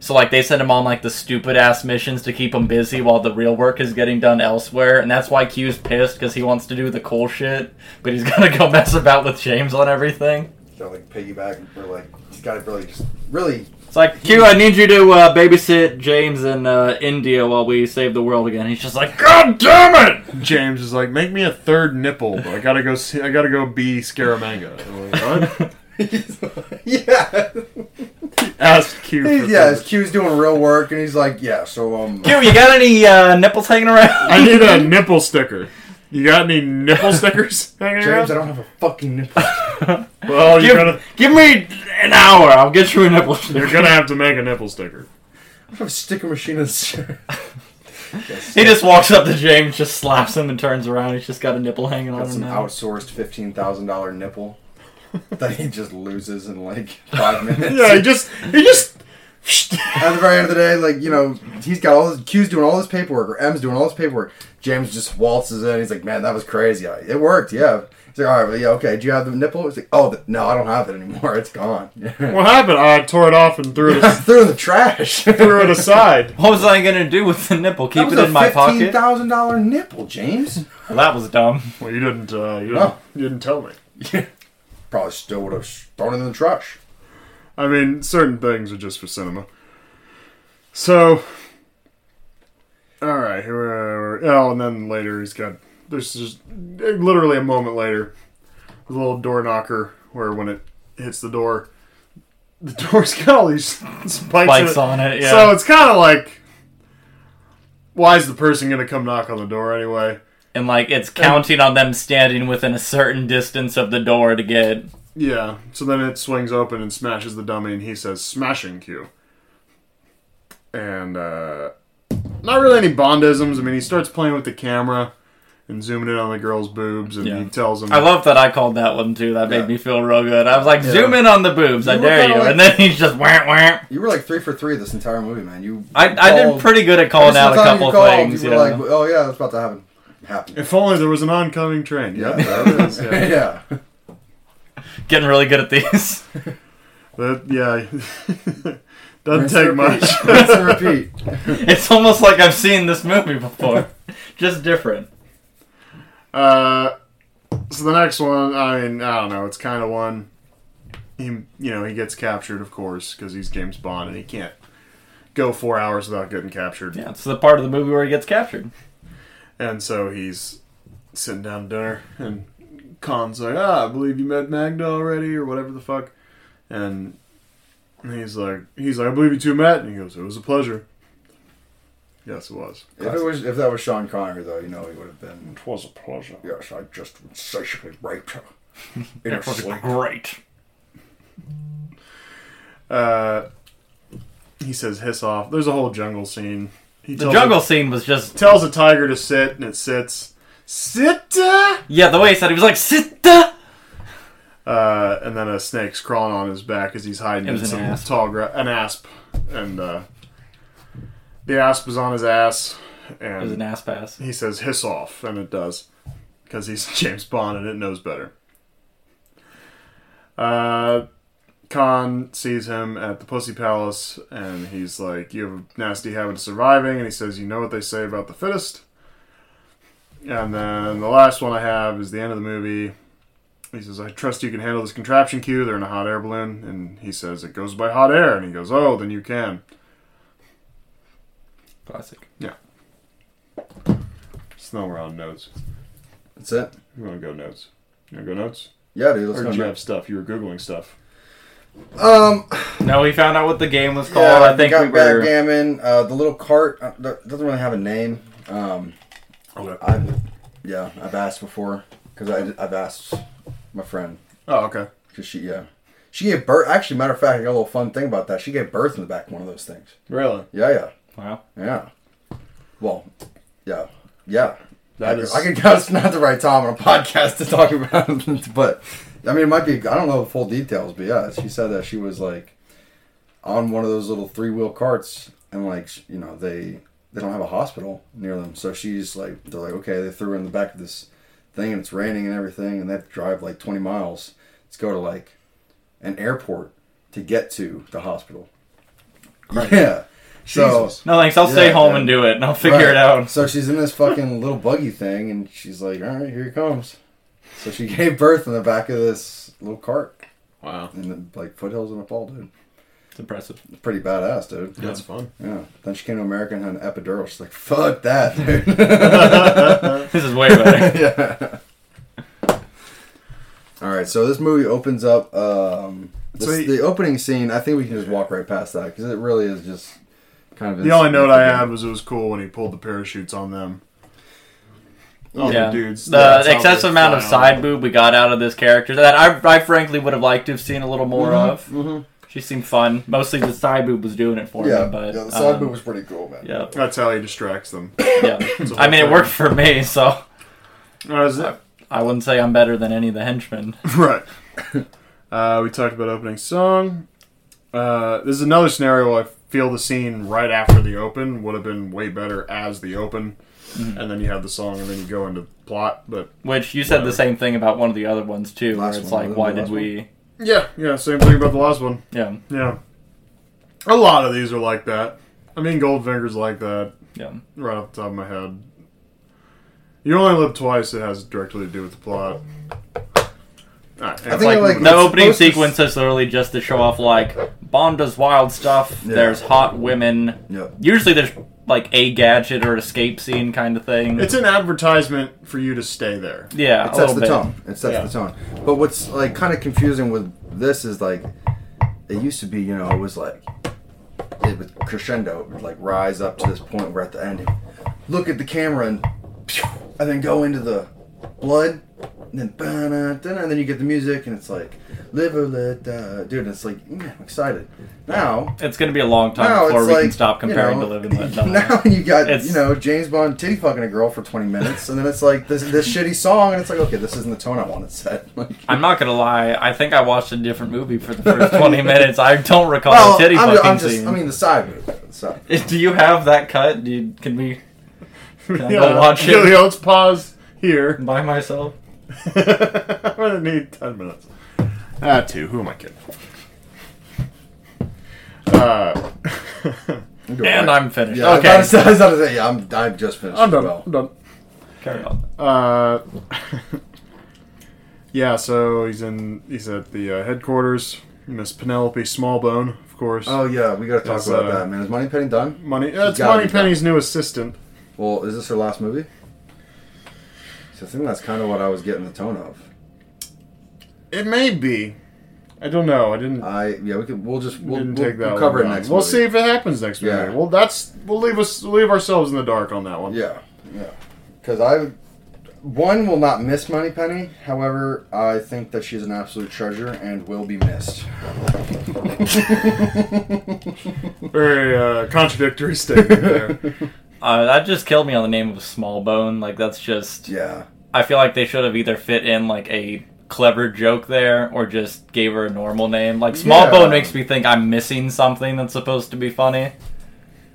C: So like they send him on like the stupid ass missions to keep him busy while the real work is getting done elsewhere, and that's why Q's pissed because he wants to do the cool shit, but he's gonna go mess about with James on everything.
B: They're like piggybacking for like, he's got to really just, really.
C: It's like, Q, I need you to uh, babysit James in uh, India while we save the world again. He's just like, God damn it!
A: James is like, make me a third nipple, but I gotta go. See, I gotta go be Scaramanga. I'm like, what?
B: yeah.
A: Ask Q. For
B: He's, yeah, his
A: third.
B: Q's doing real work, and he's like, yeah, so, um.
C: Q, you got any uh, nipples hanging around?
A: I need a nipple sticker. You got any nipple stickers hanging
B: James, I
A: around?
B: don't have a fucking nipple.
A: Well, you're
C: give,
A: gonna
C: give me an hour. I'll get you a nipple.
A: you're gonna have to make a nipple sticker.
B: I have a sticker machine in this shirt.
C: He just walks up to James, just slaps him, and turns around. He's just got a nipple hanging on
B: Got
C: him
B: some
C: now.
B: outsourced $15,000 nipple that he just loses in like five minutes.
A: Yeah, he just he just.
B: At the very end of the day, like, you know, he's got all his Q's doing all his paperwork, or M's doing all his paperwork. James just waltzes in. He's like, man, that was crazy. I- It worked, yeah. He's like, all right, well, yeah, okay. Do you have the nipple? He's like, oh, th- no, I don't have it anymore. It's gone.
A: What happened? I tore it off and threw it
B: Threw in the trash.
A: threw it aside.
C: What was I gonna do with the nipple? Keep it in my pocket?
B: $15,000 nipple, James.
C: Well, that was dumb.
A: Well, you didn't. Uh, you, didn't
B: Oh.
A: you didn't tell me.
B: Probably still would have thrown it in the trash.
A: I mean, certain things are just for cinema. So, all right, here we are. Oh, and then later he's got. There's just literally a moment later, the little door knocker where when it hits the door, the door's got all these spikes, in
C: Bikes
A: it.
C: on it, yeah.
A: So it's kind of like, why is the person gonna come knock on the door anyway?
C: and like, it's counting on them standing within a certain distance of the door to get
A: Yeah. So then it swings open and smashes the dummy, and he says, "Smashing Q." And uh, not really any Bondisms. I mean, he starts playing with the camera and zooming in on the girl's boobs, and
C: Yeah.
A: he tells him,
C: I love that I called that one too. That made
B: Yeah.
C: me feel real good. I was like, zoom in on the boobs, I
B: You were
C: dare you.
B: kinda like-
C: And then he's just wah wah.
B: You were like three for three this entire movie, man. You
C: I, I did
B: called-
C: pretty good at
B: every
C: calling out a
B: single time
C: couple
B: you called,
C: things.
B: You
C: You
B: were
C: know?
B: like, oh yeah, that's about to happen. Happen.
A: "If only there was an oncoming train." Yeah, there it is. Yeah.
B: yeah.
C: Getting really good at these.
A: That- yeah.
B: Rinse
A: Doesn't take
B: and
A: much.
B: repeat. Rinse and repeat.
C: it's almost like I've seen this movie before, just different.
A: Uh, so the next one, I mean, I don't know. It's kind of one. He, you know, he gets captured, of course, because he's James Bond, and he can't go four hours without getting captured.
C: Yeah, it's the part of the movie where he gets captured.
A: And so he's sitting down to dinner, and Khan's like, "Ah, I believe you met Magda already, or whatever the fuck." And he's like, "He's like, I believe you two met." And he goes, "It was a pleasure." Yes, it was.
B: If it was, if that was Sean Connery, though, you know he would have been.
A: was a pleasure.
B: Yes, I just insatiably raped her in her sleep.
C: great.
A: Uh, he says, "Hiss off." There's a whole jungle scene. He
C: The jungle scene was just
A: tells a tiger to sit, and it sits. Sit. uh,
C: yeah. The way he said it he was like sit the.
A: Uh, and then a snake's crawling on his back as he's hiding
C: It was
A: in
C: an
A: some
C: asp.
A: tall gra- an asp, and uh, the asp is on his ass,
C: It was
A: and
C: an ass pass.
A: he says, "Hiss off," and it does, because he's James Bond and it knows better. Uh, Khan sees him at the Pussy Palace, and he's like, "You have a nasty habit of surviving," and he says, "You know what they say about the fittest." And then the last one I have is the end of the movie. He says, I trust you can handle this contraption, Q. They're in a hot air balloon. And he says, It goes by hot air. And he goes, Oh, then you can.
C: Classic.
A: Snow around notes.
B: That's it.
A: You want to go notes? You want to go notes?
B: Yeah, dude. Let's
A: Or
B: go.
A: did you
B: next.
A: have stuff? You were Googling stuff.
B: Um,
C: No, we found out what the game was called.
B: yeah,
C: I think
B: got
C: we were.
B: backgammon. Uh, the little cart uh, that doesn't really have a name. Um,
A: Okay.
B: I, yeah, I've asked before because I've asked my friend
A: Oh, okay.
B: because she, yeah, she gave birth. Actually, matter of fact, I got a little fun thing about that. She gave birth in the back of one of those things.
A: Really?
B: Yeah, yeah,
C: Wow.
B: yeah. Well, yeah, yeah.
A: That
B: I,
A: is-
B: I can that's not the right time on a podcast to talk about it, but I mean, it might be. I don't know the full details, but yeah, she said that she was like on one of those little three wheel carts, and like sh- you know they they don't have a hospital near them, so she's like they're like okay, they threw her in the back of this thing, and it's raining and everything, and they have to drive like twenty miles to go to like an airport to get to the hospital. Yeah, so.
A: Jesus.
C: No thanks. I'll stay
B: Yeah,
C: home
B: yeah.
C: and do it, and I'll figure
B: Right.
C: it out.
B: So she's in this fucking little buggy thing, and she's like, "All right, here it comes." So she gave birth in the back of this little cart
A: Wow.
B: in the like foothills of Nepal, dude.
C: It's impressive.
B: It's pretty badass, dude.
A: That's fun.
B: Yeah. Then she came to America and had an epidural. She's like, "Fuck that, dude."
C: This is way better.
B: yeah. All right, so this movie opens up. Um, this,
A: So you-
B: the opening scene, I think we can just walk right past that because it really is just kind of
A: The only note I had was it was cool when he pulled the parachutes on them. Oh,
C: yeah.
A: the dudes.
C: The
A: That's how
C: excessive
A: they
C: amount of
A: fly
C: side boob we got out of this character that I, I frankly would have liked to have seen a little more of.
B: Mhm.
C: She seemed fun. Mostly the side boob was doing it for
B: Yeah,
C: me, but
B: yeah, the side
C: um,
B: boot was pretty cool, man.
C: Yeah,
A: on. That's how he distracts them.
C: yeah.
A: It's a
C: I mean,
A: whole
C: it worked for me, so
A: thing. Uh, is it-
C: I wouldn't say I'm better than any of the henchmen.
A: Right. Uh, we talked about opening song. Uh, this is another scenario. I feel the scene right after the open would have been way better as the open,
C: Mm-hmm.
A: and then you have the song, and then you go into plot. But
C: Which you said the same thing about one of the other ones too,
B: Last
C: where
B: one,
C: it's like,
B: wasn't
C: why
B: it the
C: did
B: last
C: we?
A: yeah, yeah, same thing about the last one.
C: Yeah,
A: Yeah, a lot of these are like that. I mean, Goldfinger's like that
C: yeah.
A: right off the top of my head. You only live twice. It has directly to do with the plot. All right,
B: I think
C: Like,
B: I like
C: the
B: it's
C: opening
B: supposed to-
C: sequence is literally just to show off like Bond does wild stuff.
B: Yeah.
C: There's hot women.
B: Yep.
C: Usually there's like a gadget or escape scene kind of thing.
A: it's an advertisement for you to stay there.
C: yeah,
B: It
C: a
B: sets
C: little
B: the
C: bit.
B: tone. It sets
A: Yeah.
B: the tone. But what's like kind of confusing with this is like it used to be, you know, it was like it was crescendo, it would like rise up to this point where at the ending, look at the camera and pew, and then go into the blood, and then ba-na, da-na, and then you get the music and it's like live or let die. Dude, it's like, mm, I'm excited. Now,
C: It's going to be a long time
B: now
C: before
B: it's
C: we
B: like,
C: can stop comparing
B: you know,
C: to Live and Let Die.
B: Now you got,
C: It's-
B: you know, James Bond titty fucking a girl for 20 minutes, and then it's like this, this shitty song, and it's like, okay, this isn't the tone I wanted set. Like,
C: I'm not gonna lie. I think I watched a different movie for the first 20 minutes. I don't recall the titty
B: I'm,
C: fucking
B: I'm just,
C: scene.
B: I mean, the side move. The side.
C: Do you have that cut? Do you, can we I
A: yeah,
C: go watch it?
A: yeah, yeah, let's pause here.
C: by myself?
A: I'm gonna need ten minutes. Ah, two. Who am I kidding? Uh,
B: I'm doing
C: And
B: right.
C: I'm finished.
B: Yeah,
C: okay,
B: I was about to say- I was about to say, yeah, I'm, I'm just finished.
A: I'm done.
B: Well,
A: I'm done.
C: carry on.
A: Uh, yeah, so he's in. He's at the uh, headquarters. Miss Penelope Smallbone, of course.
B: Oh yeah, we gotta talk
A: It's,
B: about
A: uh,
B: that, man. Is Money Penny done?
A: Money. That's
B: gotta
A: Money
B: be done.
A: Penny's new assistant.
B: Well, is this her last movie? So I think that's kind of what I was getting the tone of.
A: It may be. I don't know. I didn't.
B: I yeah, we could we'll just Uh, we'll,
A: didn't
B: we'll-
A: take that
B: we'll cover
A: one
B: it
A: down.
B: next.
A: We'll
B: movie.
A: see if it happens next
B: Yeah.
A: movie. Well, that's we'll leave us we'll leave ourselves in the dark on that one.
B: Yeah, yeah. Because I one will not miss Money Penny. However, I think that she's an absolute treasure and will be missed.
A: Very uh, contradictory statement there.
C: Uh, that just killed me on the name of Small Bone. Like that's just.
B: yeah,
C: I feel like they should have either fit in like a clever joke there or just gave her a normal name. Like Small
B: Yeah.
C: Bone makes me think I'm missing something that's supposed to be funny.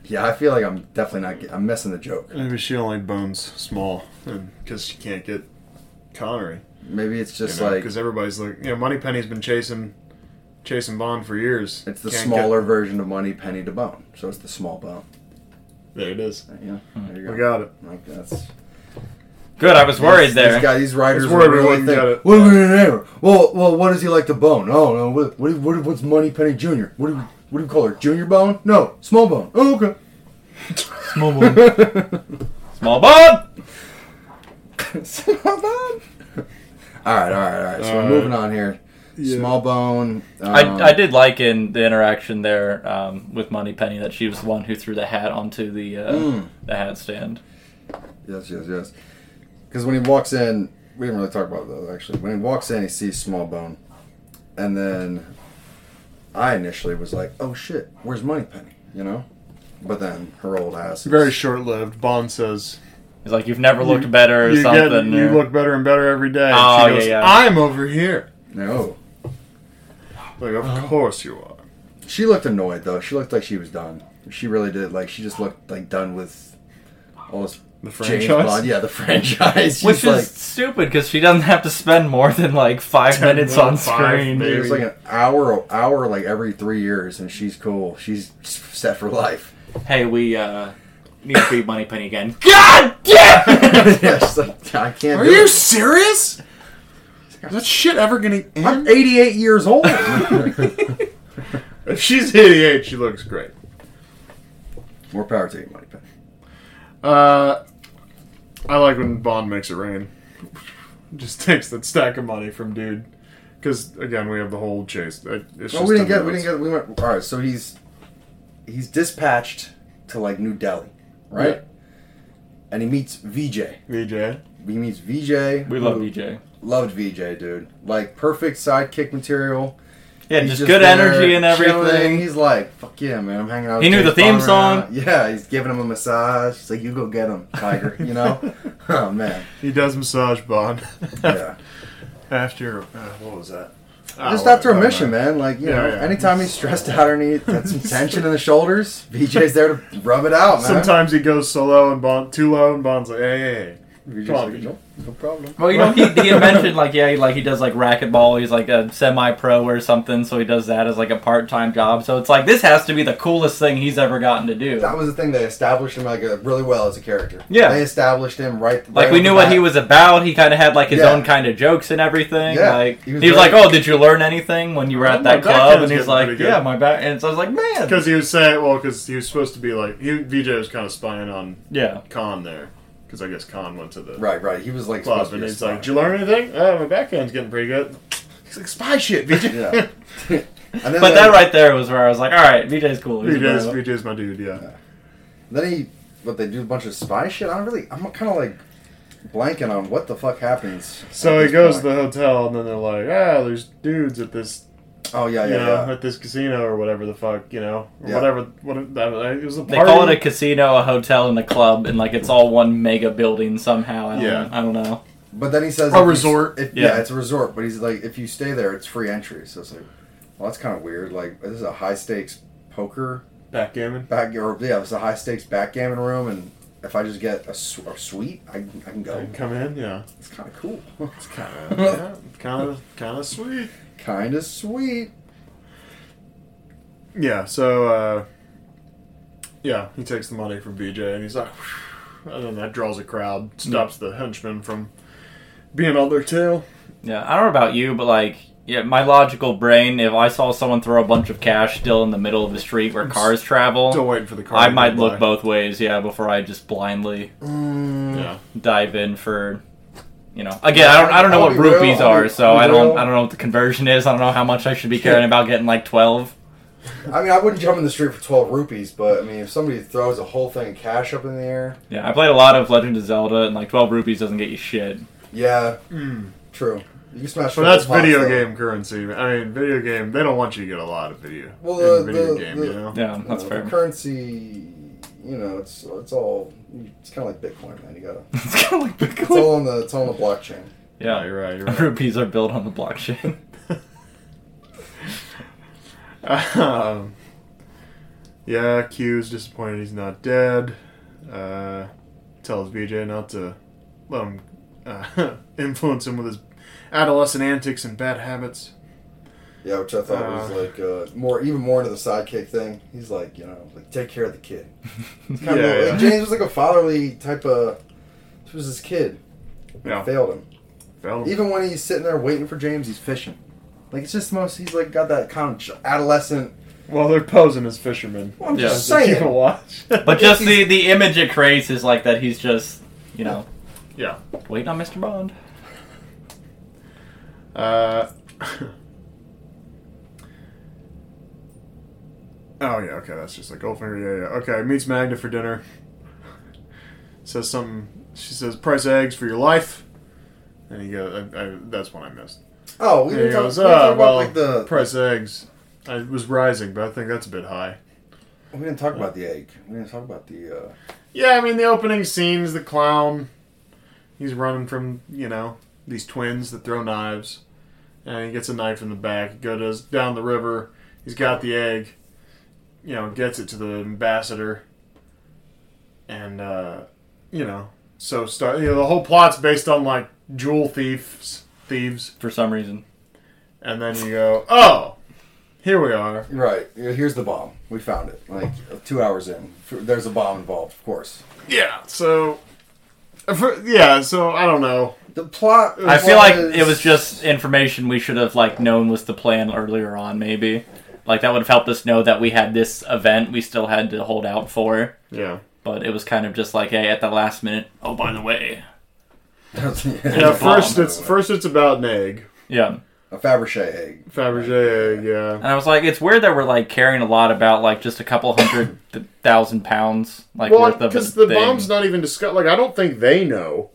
B: yeah. I feel like I'm definitely not. Get, I'm missing the joke.
A: Maybe she only bones small because she can't get Connery.
B: Maybe it's
A: Because
B: just like
A: everybody's like, you know, Money Penny's been chasing chasing Bond for years.
B: it's the
A: Can't
B: smaller version of Money Penny to Bone. So it's the small bone.
A: Get, there it is.
B: Yeah, there you go.
A: Hmm. We got it.
B: Like that's
C: Good, I was worried
B: These-
C: there.
B: These, guys, these writers
A: It's
B: were
A: worried we
B: really
A: wouldn't
B: think,
A: get it.
B: What are we gonna name her? Well, well, what does he like to bone? Oh no, what, what, what what's Money Penny Junior? What do we, what do we call her? Junior Bone? No, Small Bone. Oh okay.
C: Small Bone. Small Bone.
B: Small Bone. all right, all right, all right. So we're
A: All
B: moving on here.
A: Yeah.
B: Small Bone. Um,
A: Uh-huh.
C: I, I did like in the interaction there um, with Money Penny that she was the one who threw the hat onto the uh,
A: Hmm.
B: Mm.
C: the hat stand.
B: Yes, yes, yes. Because when he walks in, we didn't really talk about those actually. When he walks in, he sees Small Bone, and then I initially was like, "Oh shit, where's Money Penny?" You know, but then her old ass.
A: It's
B: is-
A: Very short lived. Bond says,
C: He's like, "You've never looked better" or
A: you, get-
C: something.
A: you
C: or-
A: look better and better every day.
C: Oh,
A: she goes,
C: yeah, yeah.
A: I'm over here.
B: No,
A: Like, of course you are.
B: she looked annoyed though. She looked like she was done. She really did. Like she just looked like done with all this
A: The
B: James
A: franchise.
B: Bond. Yeah, the franchise. She's
C: which is
B: like,
C: stupid because she doesn't have to spend more than like five
A: Ten
C: minutes on
A: minutes, five
C: screen.
A: minutes.
B: It was like an hour, hour like every three years, and she's cool. She's set for life.
C: Hey, we uh, need to beat Money Penny again. God damn! it!
B: yeah, she's like, I can't.
A: Are
B: do
A: you
B: it."
A: serious? Is that shit ever gonna
B: I'm
A: end?
B: 88 years old.
A: If she's 88, she looks great.
B: More power to you, Money Penny.
A: Uh, I like when Bond makes it rain. Just takes that stack of money from dude. Because again, we have the whole chase. It- It's just
B: Well, we didn't
A: ten
B: get. We
A: minutes.
B: didn't get. We went. All right. So he's he's dispatched to like New Delhi, right?
A: Yeah.
B: And he meets VJ.
A: VJ.
B: He meets VJ.
C: we love
B: who-
C: BJ.
B: Loved VJ, dude. Like perfect sidekick material.
C: Yeah,
B: He's
C: just, good
B: there,
C: energy and
B: chilling.
C: everything.
B: He's like, fuck yeah, man. I'm hanging out.
C: He
B: with
C: knew the
B: James
C: theme
B: Bond
C: song.
B: right now." Yeah, he's giving him a massage. He's like, you go get him, tiger. You know? oh man.
A: He does massage Bond.
B: Yeah.
A: after uh, what was that?
B: Just
A: Oh,
B: after a
A: I don't
B: mission,
A: know.
B: man. Like you
A: Yeah,
B: know,
A: yeah.
B: anytime he's stressed out or needs some tension in the shoulders, VJ's there to rub it out, man.
A: Sometimes he goes so low and Bond too low, and Bond's like, "Hey, hey, hey.
B: VJ's
A: Probably.
B: like, no, no problem.
C: Well, you know, he, he had mentioned like yeah, he, like he does like racquetball. He's like a semi-pro or something, so he does that as like a part-time job. So it's like this has to be the coolest thing he's ever gotten to do.
B: That was the thing they established him like uh, really well as a character.
C: Yeah.
B: they established him right.
C: Like
B: right
C: we
B: off
C: knew
B: the
C: what
B: bat.
C: he was about. He kind of had like his
B: Yeah.
C: own kind of jokes and everything.
B: Yeah,
C: Like
B: he
C: he
B: was
C: was,
B: like-
C: like, "Oh, did you learn anything when you were
A: Oh,
C: at
A: my back
C: that club?"
A: end's
C: And
A: getting
C: he's
A: pretty
C: like,
A: good.
C: "Yeah, my back." And so I was like, "Man,
A: Because he was saying, well, because he was supposed to be like, he, VJ was kind of spying on
C: yeah."
A: Khan there, because I guess Khan went to the
B: right, right. He was like
A: club,
B: supposed to
A: and
B: be a
A: he's
B: spy.
A: like, "Did you learn anything? Oh, my backhand's getting pretty good." He's like, "Spy shit, VJ."
B: Yeah. and then
C: But
B: they-
C: that right there was where I was like, "All right, VJ's cool." He's a
A: VJ's,
C: bro."
A: VJ's my dude. Yeah.
B: Then he, but they do a bunch of spy shit. I don't really. I'm kind of like, blanking on what the fuck happens.
A: So
B: at
A: he
B: this
A: goes to
B: point.
A: the hotel, and then they're like, "Ah, there's dudes at this,
B: Oh yeah,
A: you
B: yeah,
A: know,
B: yeah.
A: at this casino or whatever the fuck, you know, or
B: Yeah.
A: whatever. What it was a
C: They
A: party.
C: call it a casino, a hotel, and a club, and like it's all one mega building somehow. I don't,
A: Yeah.
C: I don't know.
B: But then he says
A: A
B: if you-
A: resort.
B: if- yeah.
C: Yeah.
B: it's a resort. But he's like, if you stay there, it's free entry. So it's like, well, that's kind of weird. Like this is a high stakes poker
A: backgammon.
B: back or yeah, it's a high stakes backgammon room, and if I just get a, su- a suite, I, can- I can go.
A: Come in, yeah.
B: It's kind of cool.
A: It's kind of, yeah, kind of, kind of sweet.
B: kind of sweet.
A: Yeah. So, uh, yeah, he takes the money from BJ, and he's like, "Phew," and then that draws a crowd, stops the henchmen from being on their tail.
C: Yeah, I don't know about you, but like, yeah, my logical brain, if I saw someone throw a bunch of cash still in the middle of the street where cars travel,
A: Still waiting for the car.
C: I
A: to
C: might
A: go
C: look
A: by.
C: both ways, yeah, before I just blindly
A: Yeah.
C: dive in for, you know. Again, I don't, I don't know
B: I'll
C: what
B: be real,
C: rupees
B: I'll
C: are,
B: be-
C: so
B: I'll be
C: I don't,
B: real.
C: I don't know what the conversion is. I don't know how much I should be caring about getting like twelve.
B: I mean, I wouldn't jump in the street for twelve rupees, but I mean, if somebody throws a whole thing of cash up in the air,
C: Yeah, I played a lot of Legend of Zelda, and like twelve rupees doesn't get you shit.
B: yeah,
A: Mm.
B: true. You can smash.
A: But that's
B: couple pots,
A: video
B: though.
A: game currency. I mean, video game. They don't want you to get a lot of video.
B: Well,
A: in
B: the-
A: video
B: the-
A: game,
B: the-
A: you know.
C: Yeah,
B: You
C: that's
B: know,
C: fair.
B: The currency, you know, it's it's all it's kind of like Bitcoin, man. You gotta.
C: it's kind of like
B: It's
C: Bitcoin.
B: all on the it's all on the blockchain.
A: Yeah,
C: Yeah,
A: you're right. You're right.
C: rupees are built on the blockchain.
A: um, yeah, Q's disappointed he's not dead. Uh, tells BJ not to let him uh, influence him with his adolescent antics and bad habits.
B: Yeah, which I thought was
A: Uh.
B: like uh, more even more into the sidekick thing. He's like, you know, like take care of the kid. It's kind
A: Yeah,
B: of
A: yeah.
B: like, James was like a fatherly type of. This was his kid.
A: Yeah, Oh.
B: Failed him.
A: failed him.
B: Even when he's sitting there waiting for James, he's fishing. Like it's just the most. He's like got that kind of ch- adolescent.
A: Well, they're posing as fishermen.
B: Well, I'm
C: Yeah.
B: just
A: If you
B: saying.
A: can watch.
C: But just the, the image it creates is like that he's just, you know,
A: yeah.
C: waiting on Mr. Bond.
A: Uh, oh yeah, okay, that's just like Goldfinger. Yeah, yeah. Okay, meets Magda for dinner. says something. She says, "Price of eggs for your life." And he goes, I, I, "That's one I missed."
B: Oh, we
A: And he
B: were talking,
A: goes,
B: we were talking
A: "Ah,
B: about
A: well,
B: like the.
A: price of eggs." I was rising, but I think that's a bit high.
B: We didn't talk about the egg. We didn't talk about the. Uh,
A: Yeah, I mean the opening scenes, the clown, he's running from you know these twins that throw knives, and he gets a knife in the back. Goes down the river. He's got the egg, you know, gets it to the ambassador, and uh, you know, so start. You know, the whole plot's based on like jewel thieves, thieves,
C: For some reason.
A: and then you go, oh, here we are.
B: Right. Here's the bomb. We found it. Like two hours in, there's a bomb involved, of course.
A: Yeah, so. uh, for- Yeah, so I don't know.
B: The plot.
C: I feel like
B: was-
C: it was just information we should have like known was the plan earlier on, maybe. Like that would have helped us know that we had this event we still had to hold out for.
A: Yeah.
C: But it was kind of just like, hey, at the last minute, oh by the way.
A: Yeah,
B: yeah,
A: first it's first it's about an egg,
C: Yeah.
B: a Fabergé egg.
A: Fabergé egg. Yeah,
C: And I was like, it's weird that we're like caring a lot about like just a couple hundred th- thousand pounds like
A: well,
C: worth of
A: because the
C: thing.
A: bomb's not even discussed. Like, I don't think they know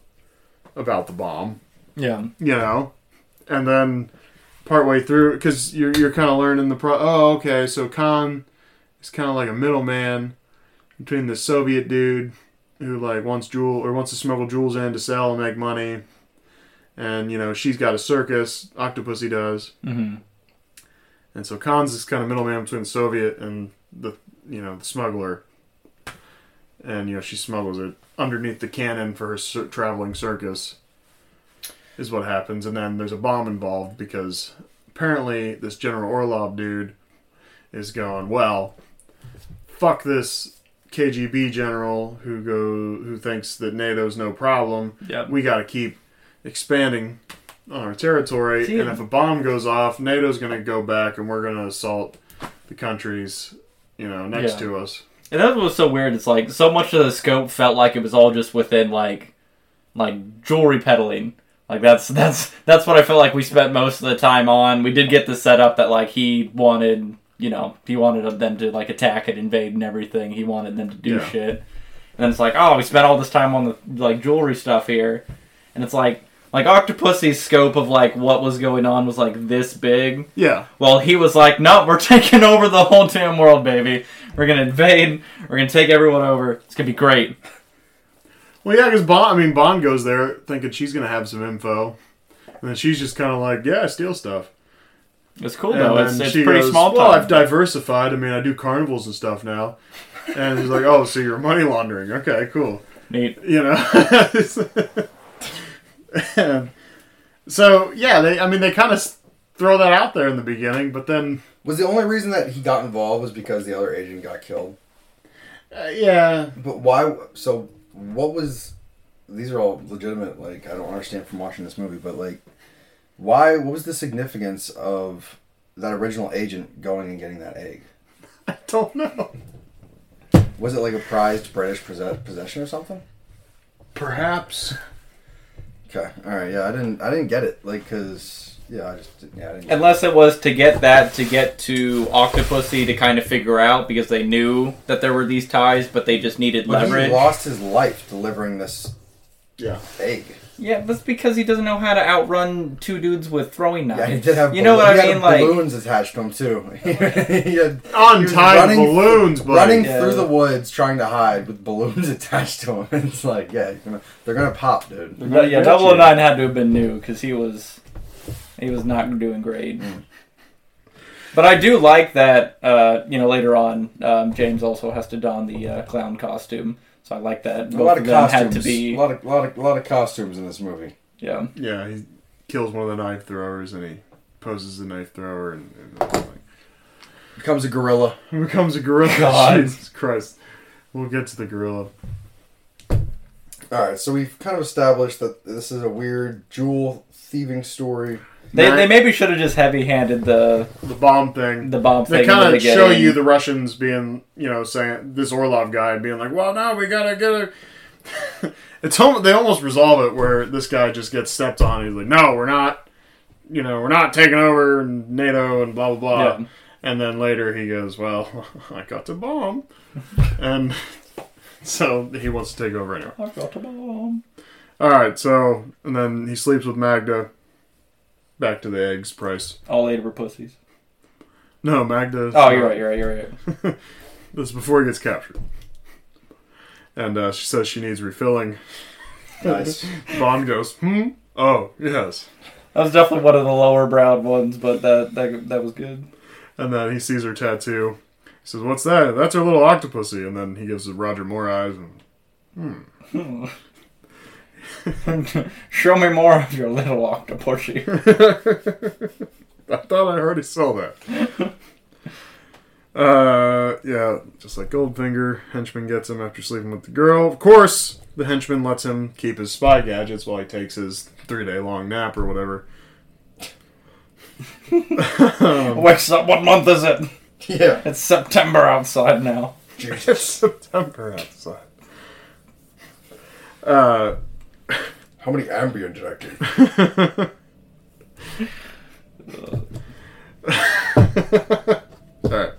A: about the bomb.
C: Yeah.
A: You know, and then partway through, because you're you're kind of learning the pro. Oh, okay, so Khan is kind of like a middleman between the Soviet dude who like wants jewel or wants to smuggle jewels in to sell and make money, and you know she's got a circus. Octopussy does.
C: hmm
A: And so Khan's this kind of middleman between the Soviet and the you know the smuggler, and you know she smuggles it underneath the cannon for her cir- traveling circus. Is what happens, and then there's a bomb involved because apparently this General Orlov dude is going well. Fuck this KGB general who go who thinks that NATO's no problem.
C: Yep.
A: We got to keep expanding on our territory,
C: See,
A: and if a bomb goes off, NATO's going to go back, and we're going to assault the countries, you know, next
C: Yeah.
A: to us.
C: And that's what's so weird. It's like so much of the scope felt like it was all just within like, like jewelry peddling. Like that's that's that's what I felt like we spent most of the time on. We did get the setup that like he wanted, you know, he wanted them to like attack and invade and everything. He wanted them to do
A: Yeah.
C: shit. then it's like, oh, we spent all this time on the like jewelry stuff here, and it's like like Octopussy's scope of like what was going on was like this big.
A: Yeah.
C: Well, he was like, no, we're taking over the whole damn world, baby. We're gonna invade. We're gonna take everyone over. It's gonna be great.
A: Well, yeah, because Bond. I mean, Bond goes there thinking she's gonna have some info, and then she's just kind of like, "Yeah, I steal stuff."
C: It's cool
A: And
C: though.
A: then
C: It's, it's
A: she
C: pretty
A: goes,
C: small
A: Well,
C: time.
A: I've diversified. I mean, I do carnivals and stuff now. And he's like, "Oh, so you're money laundering? Okay, cool."
C: Neat.
A: You know. And so yeah, they. I mean, they kind of throw that out there in the beginning, but then
B: Was the only reason that he got involved was because the other agent got killed.
A: uh, yeah,
B: But why? So what was? These are all legitimate. Like I don't understand from watching this movie, but like, why? What was the significance of that original agent going and getting that egg?
A: I don't know.
B: Was it like a prized British possess- possession or something?
A: Perhaps.
B: Okay. All right. Yeah, I didn't. I didn't get it. Like, cause yeah, I just didn't. Yeah, I didn't. Get it.
C: Unless it was to get that to get to Octopussy to kind of figure out because they knew that there were these ties, but they just needed
B: But he
C: leverage.
B: lost his life delivering this
A: Yeah.
B: egg.
C: Yeah, that's because he doesn't know how to outrun two dudes with throwing knives.
B: Yeah, he did have.
C: you know
B: balloon-
C: what
B: he
C: I
B: had
C: mean? Like,
B: balloons attached to him too. he had
A: Untied
B: running-
A: balloons, buddy.
B: running
C: Yeah.
B: through the woods trying to hide with balloons attached to him. It's like, yeah, you're gonna, they're gonna pop, dude.
C: But yeah, 009 had to have been new because he was he was not doing great. But I do like that. Uh, you know, later on, um, James also has to don the uh, clown costume, so I like that.
B: A
C: Both
B: lot
C: of
B: of
C: them
B: costumes.
C: had to be.
B: A lot of, lot of, lot of costumes in this movie.
C: Yeah,
A: Yeah, he kills one of the knife throwers and he poses the knife thrower and, and the whole thing.
B: Becomes a gorilla.
A: He becomes a gorilla.
C: God.
A: Jesus Christ. We'll get to the gorilla.
B: All right, so we've kind of established that this is a weird jewel thieving story.
C: they,
A: Nine-
C: they maybe should have just heavy-handed the
A: The bomb thing.
C: the bomb
A: they
C: thing. in the
A: kind of show
C: beginning.
A: you the Russians being, you know, saying this Orlov guy being like, "Well, now we gotta get a." it's almost, they almost resolve it where this guy just gets stepped on. He's like, "No, we're not. You know, we're not taking over and NATO and blah blah blah."
C: Yeah.
A: And then later he goes, "Well, I got to bomb," and so he wants to take over anyway.
C: I've got a bomb.
A: All right, so and then he sleeps with Magda. Back to the eggs price.
C: All eight of her pussies.
A: No, Magda.
C: Oh, you're right. You're right. You're right.
A: This is before he gets captured. And uh, she says she needs refilling.
B: Nice.
A: Bond goes, hmm? Oh, yes.
C: That was definitely one of the lower browed ones, but that that that was good.
A: And then he sees her tattoo. He says, What's that? That's her little octopusy. And then he gives her Roger Moore eyes. And,
C: Show me more of your little octopus.
A: I thought I already saw that. uh, yeah, just like Goldfinger, henchman gets him after sleeping with the girl. Of course, the henchman lets him keep his spy gadgets while he takes his three day long nap or whatever.
C: Wakes up. What month is it?
B: yeah.
C: It's September outside now.
A: It's September outside. Uh,
B: How many Ambien did I do?
A: Alright.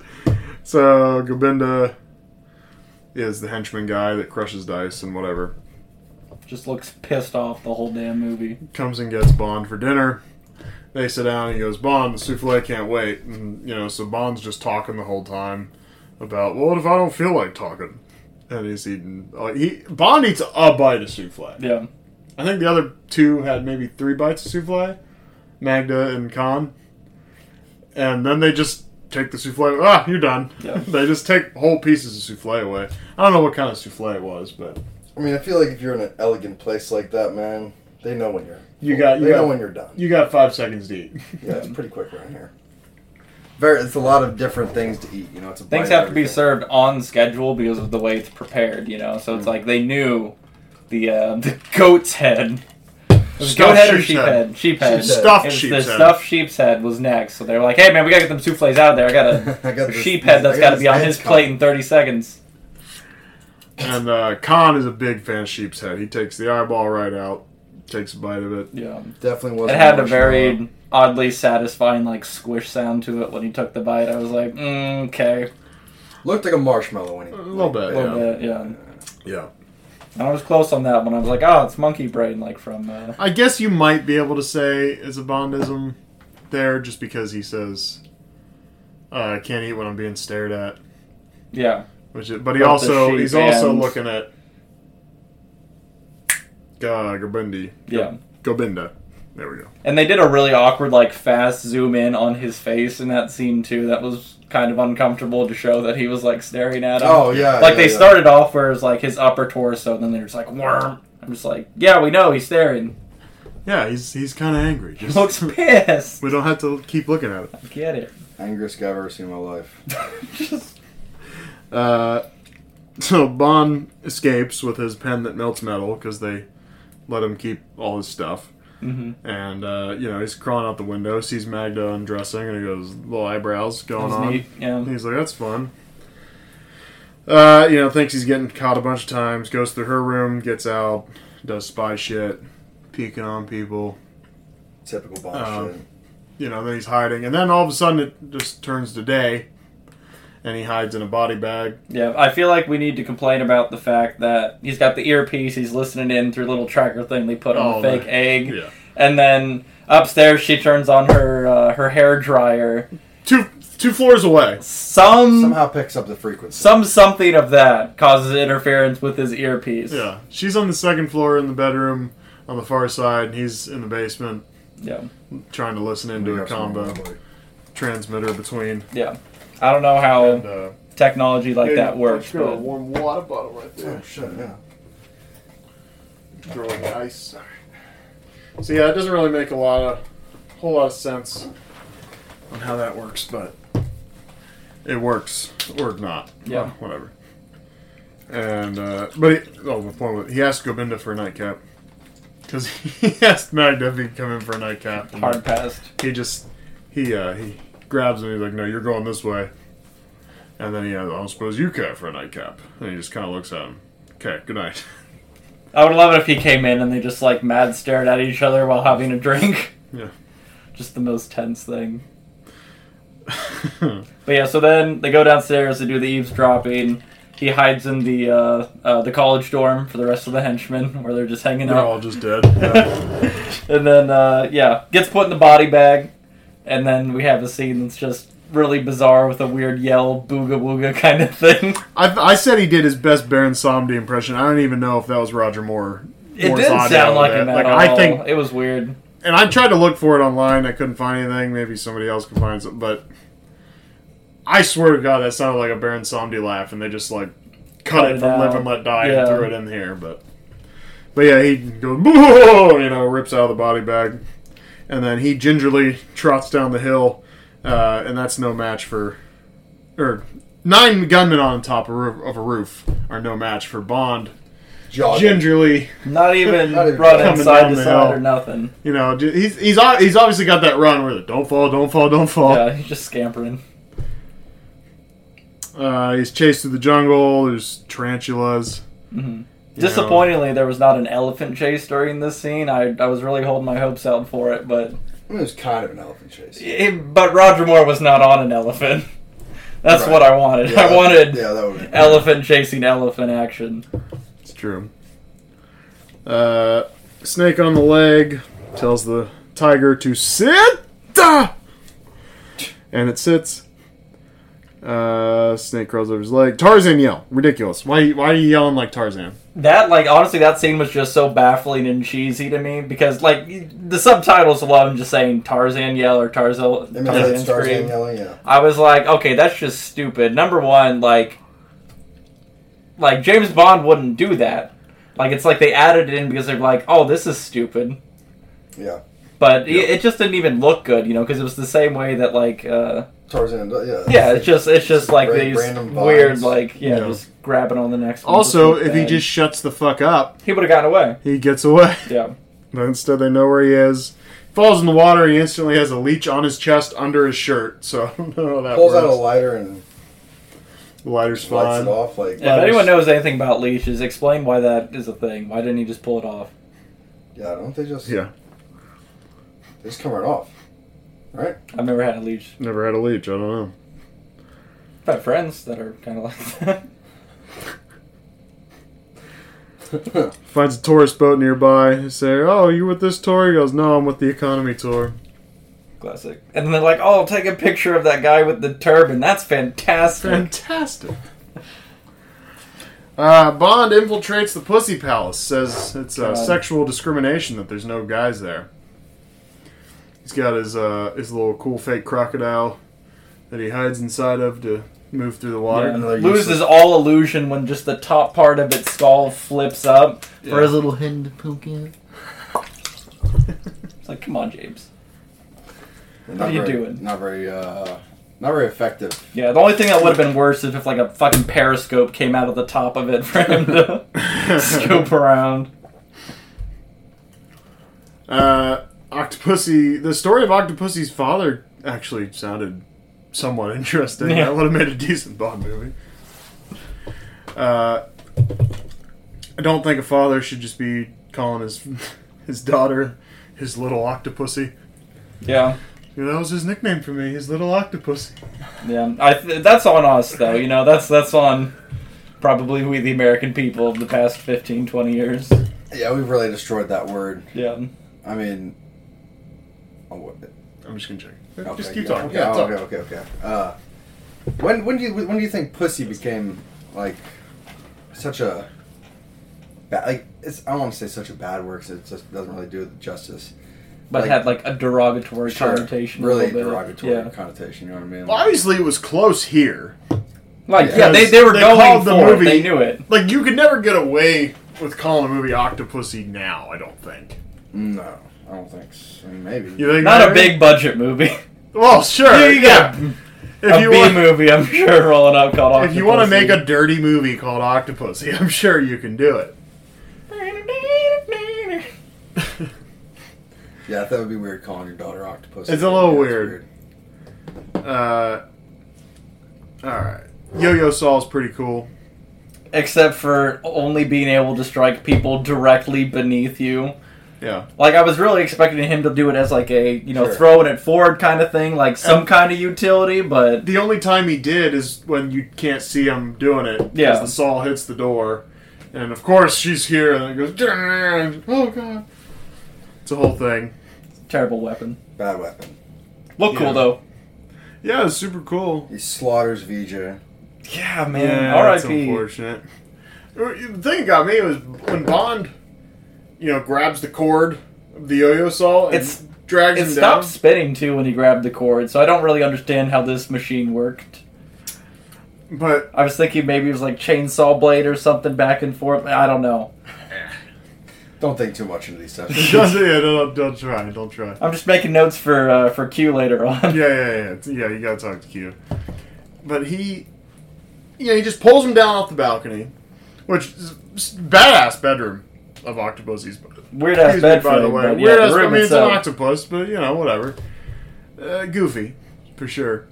A: So, Gobinda is the henchman guy that crushes dice and whatever.
C: Just looks pissed off the whole damn movie.
A: Comes and gets Bond for dinner. They sit down and he goes, Bond, the souffle can't wait. And, you know, so Bond's just talking the whole time about, well, what if I don't feel like talking? And he's eating. Like, he Bond eats a bite of souffle.
C: Yeah.
A: I think the other two had maybe three bites of souffle, Magda and Khan. And then they just take the souffle. Ah, you're done.
C: Yeah.
A: they just take whole pieces of souffle away. I don't know what kind of souffle it was, but
B: I mean, I feel like if you're in an elegant place like that, man, they know when you're.
A: You got- you
B: they
A: got-
B: know when you're done.
A: you got five seconds to eat.
B: Yeah, it's pretty quick around here. Very, it's a lot of different things to eat. You know, it's a bite
C: Things
B: of
C: have to be
B: everything.
C: served on schedule because of the way it's prepared, you know. So it's like they knew the uh, the goat's head. It was
A: Stuffed
C: goat head or
A: sheep's
C: sheep
A: head.
C: head? Sheep head.
B: Sheep's head.
A: Stuffed
C: It was
A: sheep's
C: the
A: head.
C: stuffed sheep's head was next. So they're like, "Hey man, we gotta get them souffles out of there. I got
B: I
C: a
B: got this-
C: sheep head that's
B: I
C: got to
B: this
C: be on
B: head
C: his
B: coming.
C: plate in 30 seconds."
A: And uh, Khan is a big fan of sheep's head. He takes the eyeball right out, takes a bite of it.
C: Yeah.
B: Definitely was.
C: It had a very oddly satisfying like squish sound to it when he took the bite. I was like, mm, okay,
B: looked like a marshmallow when he
A: A little bit,
C: a little
A: yeah.
C: bit, yeah.
A: Yeah.
C: And I was close on that one. I was like, oh, it's monkey brain, like from. Uh,
A: I guess you might be able to say it's a Bondism there just because he says, uh, I can't eat when I'm being stared at.
C: yeah.
A: Which is, but he
C: Both the
A: also
C: sheep
A: he's also
C: and-
A: looking at uh, Gobundi.
C: Yeah.
A: Gobinda. There we go.
C: And they did a really awkward, like, fast zoom in on his face in that scene, too. That was kind of uncomfortable to show that he was, like, staring at him.
B: Oh yeah.
C: like,
B: yeah,
C: they
B: yeah.
C: started off where it was, like, his upper torso, and then they're just like, worm. I'm just like, yeah, we know, he's staring.
A: Yeah, he's he's kinda angry.
C: He
A: Just
C: looks pissed.
A: we don't have to keep looking at it.
C: I get it.
B: Angriest guy I've ever seen in my life.
C: just,
A: Uh, so Bond escapes with his pen that melts metal because they let him keep all his stuff.
C: mm-hmm.
A: And, uh, you know, he's crawling out the window, sees Magda undressing, and he goes, little eyebrows going on.
C: Yeah.
A: And he's like, that's fun. Uh, you know, thinks he's getting caught a bunch of times, goes through her room, gets out, does spy shit, peeking on people.
B: Typical Bond
A: Um,
B: shit.
A: You know, then he's hiding. And then all of a sudden it just turns to day, and he hides in a body bag.
C: Yeah, I feel like we need to complain about the fact that he's got the earpiece, he's listening in through a little tracker thing they put on
A: Oh,
C: the fake
A: man.
C: egg,
A: Yeah.
C: and then upstairs she turns on her uh, her hair dryer.
A: Two, two floors away.
C: Some
B: Somehow picks up the frequency.
C: some something of that causes interference with his earpiece.
A: Yeah, she's on the second floor in the bedroom on the far side, and he's in the basement
C: yeah,
A: trying to listen
B: We
A: into a
B: got some
A: combo
B: lovely-
A: transmitter between.
C: yeah. I don't know how
A: And uh,
C: technology like that works,
D: Throw a
C: but
D: warm water bottle right
B: Oh
D: there.
B: shit! Yeah.
D: Throw it ice.
A: so yeah, it doesn't really make a lot of whole lot of sense on how that works, but it works or not.
C: Yeah.
A: Well, whatever. And uh, but he, oh, the point was, he asked Gobinda for a nightcap because he asked Magda if he'd come in for a nightcap. and-
C: hard passed.
A: he just he uh he grabs him. He's like, "No, you're going this way." And then he, has, I don't suppose you care for a nightcap. And he just kind of looks at him. Okay, good night.
C: I would love it if he came in and they just like mad stared at each other while having a drink.
A: Yeah.
C: Just the most tense thing. But yeah, so then they go downstairs, they do the eavesdropping. He hides in the uh, uh, the college dorm for the rest of the henchmen, where they're just hanging
A: They're
C: out.
A: all just dead. Yeah.
C: and then uh, yeah, gets put in the body bag, and then we have a scene that's just really bizarre with a weird yell, booga wooga kind of thing.
A: I, I said he did his best Baron Somdi impression. I don't even know if that was Roger Moore.
C: It
A: Moore's
C: didn't
A: audio
C: sound like
A: that-
C: him at
A: like,
C: all.
A: I think-
C: it was weird.
A: And I tried to look for it online. I couldn't find anything. Maybe somebody else can find something. But I swear to God, that sounded like a Baron Somdi laugh, and they just like cut,
C: Cut
A: it
C: it
A: from Live
C: out.
A: and Let Die
C: Yeah.
A: and threw it in here. But but yeah, he goes "Boo!" you know, rips out of the body bag, and then he gingerly trots down the hill, uh, and that's no match for or nine gunmen on top of a roof, of a roof are no match for Bond.
B: Jogging.
A: Gingerly
C: Not even
B: Not even
C: brought
A: coming
C: inside
A: down
C: to
A: the
C: side
A: hill.
C: or nothing.
A: You know, j- he's he's al- he's obviously got that run where the don't fall, don't fall, don't fall.
C: Yeah, he's just scampering.
A: Uh, he's chased through the jungle. There's tarantulas.
C: Mhm.
A: You
C: Disappointingly, there was not an elephant chase during this scene. I, I was really holding my hopes out for it, but
B: I mean, it was kind of an elephant chase.
C: It- but Roger Moore was not on an elephant. That's
B: Right.
C: what I wanted.
B: Yeah,
C: I wanted
B: Yeah, that would.
C: elephant chasing elephant action.
A: know, it's true. Uh, snake on the leg tells the tiger to sit, Ah! and it sits. Uh, snake crawls over his leg. Tarzan yell, ridiculous. Why why are you yelling like Tarzan?
C: That like honestly, that scene was just so baffling and cheesy to me because like the subtitles alone just saying Tarzan yell or Tarzan
B: It
C: Tarzan
B: makes Tarzan
C: scream.
B: yelling. Yeah.
C: I was like, okay, that's just stupid. Number one, like, like James Bond wouldn't do that. Like it's like they added it in because they're like, oh, this is stupid.
B: Yeah.
C: But
A: Yeah.
C: it, it just didn't even look good, you know, because it was the same way that like. uh
B: Tarzan. does- Yeah.
C: Yeah, it's just it's just like
B: Ra-
C: these
B: random vines.
C: weird like yeah,
A: Yeah.
C: just grabbing on the next. one
A: Also,
C: just like
A: if he
C: that.
A: just shuts the fuck up,
C: he would have gotten away.
A: he gets away.
C: Yeah,
A: But instead, they know where he is. Falls in the water. He instantly has a leech on his chest under his shirt. So I don't know how that
B: Pulls out a
A: works.
B: lighter and
A: The lighter's
B: lights it
A: fine.
B: off. Like
C: if anyone knows anything about leashes, explain why that is a thing. Why didn't he just pull it off?
B: yeah, don't they just
A: Yeah,
B: they just come right off? Right?
C: I've never had a leash.
A: never had a leech. I don't know.
C: I've had friends that are kind of like that.
A: Finds a tourist boat nearby. They Say, "Oh, you with this tour?" He goes, "No, I'm with the economy tour."
C: Classic. And then they're like, "Oh, take a picture of that guy with the turban. That's fantastic."
A: Fantastic. Uh, Bond infiltrates the Pussy Palace. Says it's uh,
C: God.
A: sexual discrimination that there's no guys there. He's got his uh, his little cool fake crocodile that he hides inside of to move through the water.
C: Yeah.
B: Another
C: Loses
B: useless-
C: all illusion when just the top part of its skull flips up
A: Yeah.
C: for his little.
D: hand to poke in.
C: It's like, come on, James.
B: Not
C: What are you
B: very-
C: doing?
B: Not very, uh, not very effective.
C: Yeah, the only thing that would have been worse is if like a fucking periscope came out of the top of it for him to scope around.
A: Uh, Octopussy. The story of Octopussy's father actually sounded somewhat interesting.
C: Yeah.
A: That would have made a decent Bond movie. Uh, I don't think a father should just be calling his his daughter his little octopussy.
C: Yeah,
A: You know, that was his nickname for me, his little octopus.
C: yeah. I th- that's on us though. You know, that's that's on probably we the American people of the past 15, 20 years.
B: Yeah, we've really destroyed that word.
C: Yeah.
B: I mean, oh, what-
A: I'm just gonna check.
B: okay,
A: just keep
B: yeah,
A: talking.
B: Okay,
A: yeah,
B: oh,
A: talk.
B: okay, okay, okay. Uh, when when do you when do you think pussy became like such a bad? Like it's I don't want to say such a bad word 'cause it just doesn't really do it justice.
C: But
B: Like-
C: had like a derogatory
B: Sure,
C: connotation. a
B: really
C: little bit.
B: derogatory
C: Yeah.
B: connotation. You know what I mean?
A: Well, obviously, it was close here.
C: Like yeah,
A: Because
C: they, they were
A: they
C: going
A: called
C: for
A: the
C: it.
A: movie-
C: They knew it.
A: Like, you could never get away with calling a movie Octopussy now. I don't think.
B: no, I don't think. So. I mean, maybe.
A: You think
C: Not a
A: Larry?
C: big budget movie.
A: Well, sure.
C: Here you
A: yeah.
C: go.
A: If
C: a
A: you
C: B
A: want,
C: movie, I'm sure, rolling up called Octopussy.
A: if you want to make a dirty movie called Octopussy, I'm sure you can do it.
B: Yeah, that would be weird calling your daughter octopus.
A: It's a little
B: Yeah,
A: weird. Uh, all right. Yo-Yo Saw's pretty cool.
C: Except for only being able to strike people directly beneath you.
A: Yeah.
C: Like, I was really expecting him to do it as, like, a, you know,
B: Sure.
C: throwing it forward kind of thing, like some kind of utility, but.
A: The only time he did is when you can't see him doing it. 'cause
C: Yeah.
A: The saw hits the door, and of course she's here, and it goes. "Durr." Oh god. It's a whole thing.
C: Terrible weapon.
B: Bad weapon.
C: Look
A: Yeah.
C: cool, though.
A: Yeah, it's super cool.
B: He slaughters Vijay.
A: Yeah,
C: Yeah,
A: that's
C: RIP.
A: unfortunate. Uh, The thing that got me was when Bond, you know, grabs the cord of the yo-yo saw and
C: It's-
A: drags
C: It
A: him
C: stopped spinning, too, when he grabbed the cord, so I don't really understand how this machine worked.
A: down. But
C: I was thinking maybe it was like chainsaw blade or something back and forth. I don't know.
B: Don't think too much into these stuff.
A: it doesn't. Yeah, don't, don't try. Don't try.
C: I'm just making notes for uh, for Q later on.
A: Yeah, yeah, yeah. It's- Yeah, you gotta talk to Q. But he, you know, he just pulls him down off the balcony, which is a badass bedroom of Octopussy's.
C: Weird
A: Excuse
C: ass
A: me,
C: bed
A: by the
C: frame,
A: way.
C: but
A: Weird
C: yeah,
A: ass-
C: the room
A: I mean, it's an
C: itself.
A: octopus, but you know, whatever. Uh, goofy, for sure.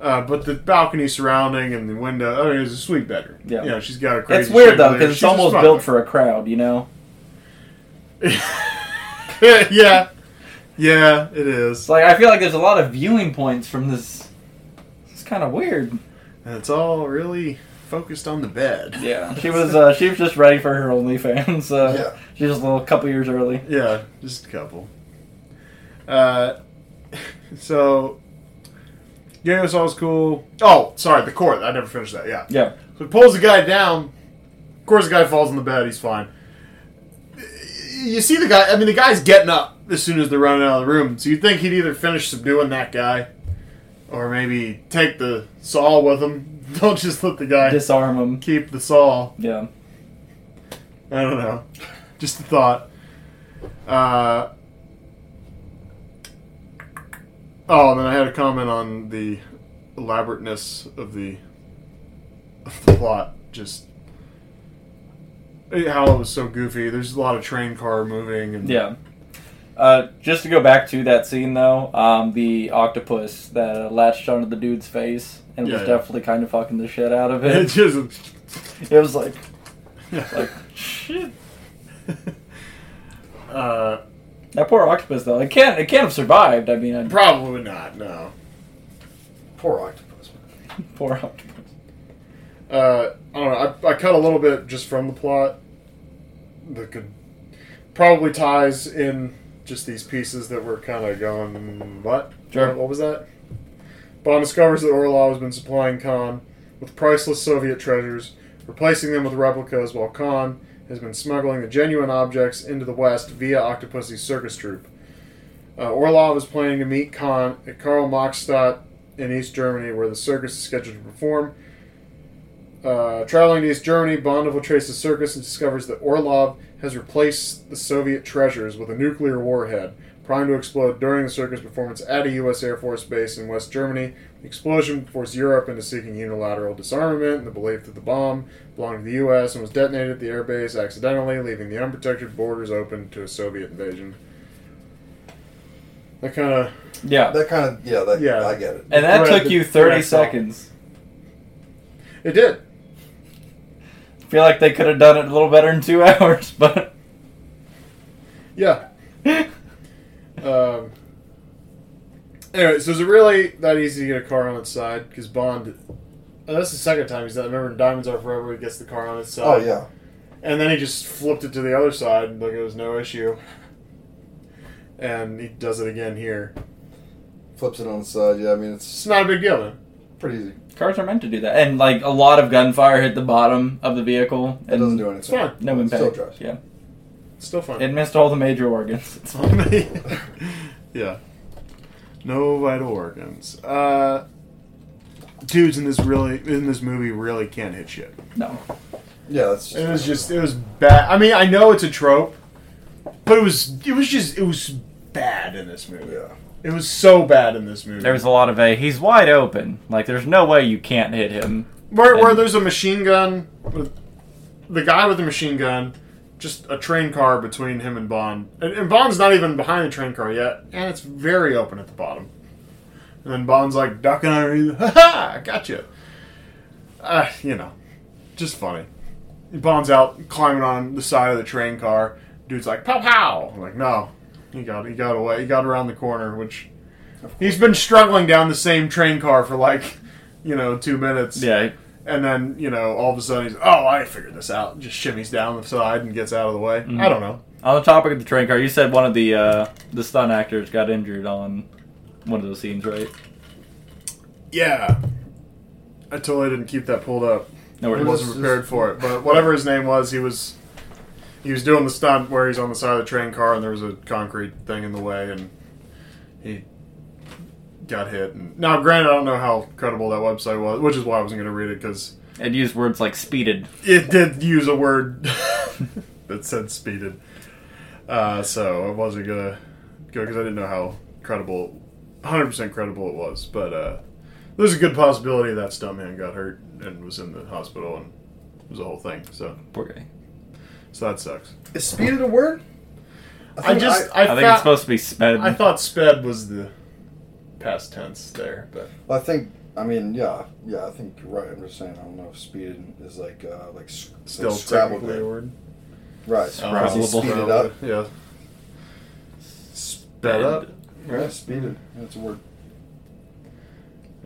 A: Uh, but the balcony surrounding and the window, I mean, it's a sweet bedroom.
C: Yeah.
A: you know, she's got a crazy.
C: It's weird though
A: chandelier.
C: because it's
A: She's a
C: almost
A: smart
C: built
A: one.
C: for a crowd, you know.
A: yeah, yeah, it is.
C: It's like I feel like there's a lot of viewing points from this. It's kind of weird.
A: And it's all really focused on the bed.
C: Yeah, she was uh, she was just ready for her OnlyFans. Uh,
B: Yeah.
C: she was a little couple years early.
A: Yeah, just a couple. Uh, so, yeah, it's all cool. Oh, sorry, the cord. I never finished that. Yeah.
C: Yeah,
A: So he pulls the guy down. Of course, the guy falls on the bed. He's fine. You see the guy. I mean, the guy's getting up as soon as they're running out of the room. So you'd think he'd either finish subduing that guy, or maybe take the saw with him. Don't just let the guy
C: disarm him.
A: keep the saw.
C: Yeah,
A: I don't know. Just a thought. Uh, oh, and then I had a comment on the elaborateness of the of the plot. Just eh, how it was so goofy. There's a lot of train car moving and
C: yeah. Uh, just to go back to that scene though, um, the octopus that uh, latched onto the dude's face and
A: Yeah,
C: was
A: yeah.
C: definitely kind of fucking the shit out of
A: It
C: it.
A: just
C: it was like, like shit.
A: uh,
C: That poor octopus though, it can't it can't have survived. I mean, a
A: probably not. No.
B: Poor octopus. Man.
C: poor octopus.
A: uh, I don't know. I, I cut a little bit just from the plot that could probably ties in just these pieces that were kind of going what?
C: Sure.
A: What was that? Bond discovers that Orlov has been supplying Khan with priceless Soviet treasures, replacing them with replicas, while Khan has been smuggling the genuine objects into the West via Octopussy's circus troupe. Uh, Orlov is planning to meet Khan at Karl Machstadt in East Germany, where the circus is scheduled to perform. Uh, traveling to East Germany, Bond infiltrates the circus and discovers that Orlov has replaced the Soviet treasures with a nuclear warhead, primed to explode during the circus performance at a U.S. Air Force base in West Germany. The explosion forced Europe into seeking unilateral disarmament in the belief that the bomb belonged to the U.S. and was detonated at the airbase accidentally, leaving the unprotected borders open to a Soviet invasion. That kind of
C: Yeah.
B: That kind of yeah, that,
A: Yeah.
B: I get it.
C: And that
A: Right,
C: took you
A: the-
C: 30
A: yeah, so-
C: seconds.
A: it did.
C: I feel like they could have done it a little better in two hours, but.
A: Yeah. Um, anyway, so is it really that easy to get a car on its side? Because Bond, oh, that's the second time he's done. it. Remember in Diamonds Are Forever, he gets the car on its side.
B: Oh yeah,
A: And then he just flipped it to the other side like it was no issue. And he does it again here.
B: flips it on the side. Yeah, I mean it's
A: It's not a big deal then.
B: pretty easy.
C: Cars are meant to do that. And, like, a lot of gunfire hit the bottom of the vehicle.
B: It
C: and
B: doesn't do anything.
A: It's fine.
C: No
B: It
C: impact.
B: still drives.
C: Yeah.
A: It's still fun.
C: It missed all the major organs. It's fine.
A: yeah. No vital organs. Uh, dudes in this really in this movie really can't hit shit.
C: No.
B: Yeah, that's
A: It was just it was bad. I mean, I know it's a trope, but it was it was just it was bad in this movie.
B: yeah.
A: It was so bad in this movie.
C: There was a lot of a. He's wide open. Like, there's no way you can't hit him.
A: where, where there's a machine gun with the guy with the machine gun, just a train car between him and Bond, and, and Bond's not even behind the train car yet, and it's very open at the bottom. And then Bond's like ducking underneath, ha ha, I got you. Uh, you know, just funny. Bond's out climbing on the side of the train car. Dude's like, pow pow. I'm like, no, he got he got away. He got around the corner, which he's been struggling down the same train car for like, you know, two minutes.
C: Yeah.
A: And then, you know, all of a sudden he's, oh, I figured this out. Just shimmies down the side and gets out of the way. I don't know.
C: On the topic of the train car, you said one of the uh, the stunt actors got injured on one of those scenes, right?
A: Yeah. I totally didn't keep that pulled up.
C: No,
A: I
C: it was
A: wasn't prepared for it. But whatever his name was, he was he was doing the stunt where he's on the side of the train car and there was a concrete thing in the way and he got hit. And now, granted, I don't know how credible that website was, which is why I wasn't going to read it because
C: It used words like speeded.
A: it did use a word that said speeded. Uh, so I wasn't gonna go because I didn't know how credible, 100% credible it was. But uh, there's a good possibility that stunt man got hurt and was in the hospital and it was a whole thing. So
C: Poor guy.
A: so that sucks.
B: Is speeded a word?
A: I
B: think
A: just
B: I,
A: I,
C: I, think it's
A: thought,
C: supposed to be sped.
A: I thought sped was the past tense there, but
B: I think I mean yeah yeah I think you're right. I'm just saying I don't know if speeded is like uh like s- like
A: still
B: Scrabble
A: technically a
B: did.
A: word.
B: right.
C: Scrabbleable.
B: Because he Speeded up.
A: Yeah. Sped up.
B: Yeah, speeded. That's a word.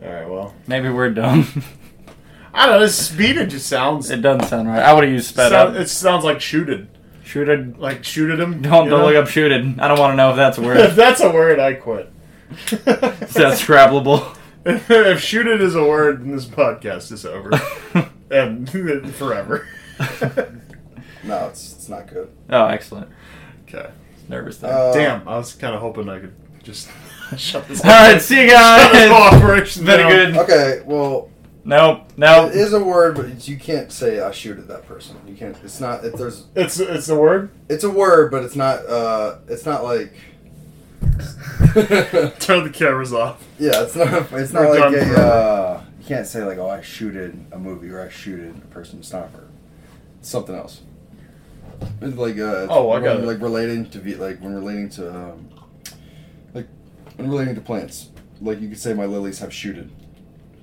A: All right. Well,
C: Maybe we're dumb.
A: I don't know. Speeded just sounds.
C: it doesn't sound right. I would have used sped
A: Sound-
C: up.
A: It sounds like shooted.
C: Shooted.
A: Like shooted him.
C: Don't,
A: you
C: don't
A: know?
C: look up shooted. I don't want to know if that's a
A: if
C: word.
A: that's a word, I quit.
C: Is that scrabbleable?
A: if shooted is a word, then this podcast is over and forever.
B: No, it's it's not good.
C: oh, excellent.
A: okay.
C: Nervous there.
B: Uh,
A: Damn, I was kind of hoping I could just shut this.
C: All right, see you
A: This
C: guys.
A: operation
C: Been a
A: down.
C: good-
B: Okay, well,
C: Nope. Nope.
B: it is a word, but you can't say I shooted that person. You can't. It's not. If there's,
A: It's it's a word.
B: it's a word, but it's not. uh It's not like.
A: Turn the cameras off.
B: yeah, it's not. It's not
A: We're
B: like
A: done
B: a.
A: forever.
B: Uh, you can't say like, oh, I shooted a movie or I shooted a person. It's not a verb. It's something else. It's like uh, it's
A: Oh, I got
B: when-
A: it.
B: like relating to ve- like when relating to um, like when relating to plants. Like you could say my lilies have shooted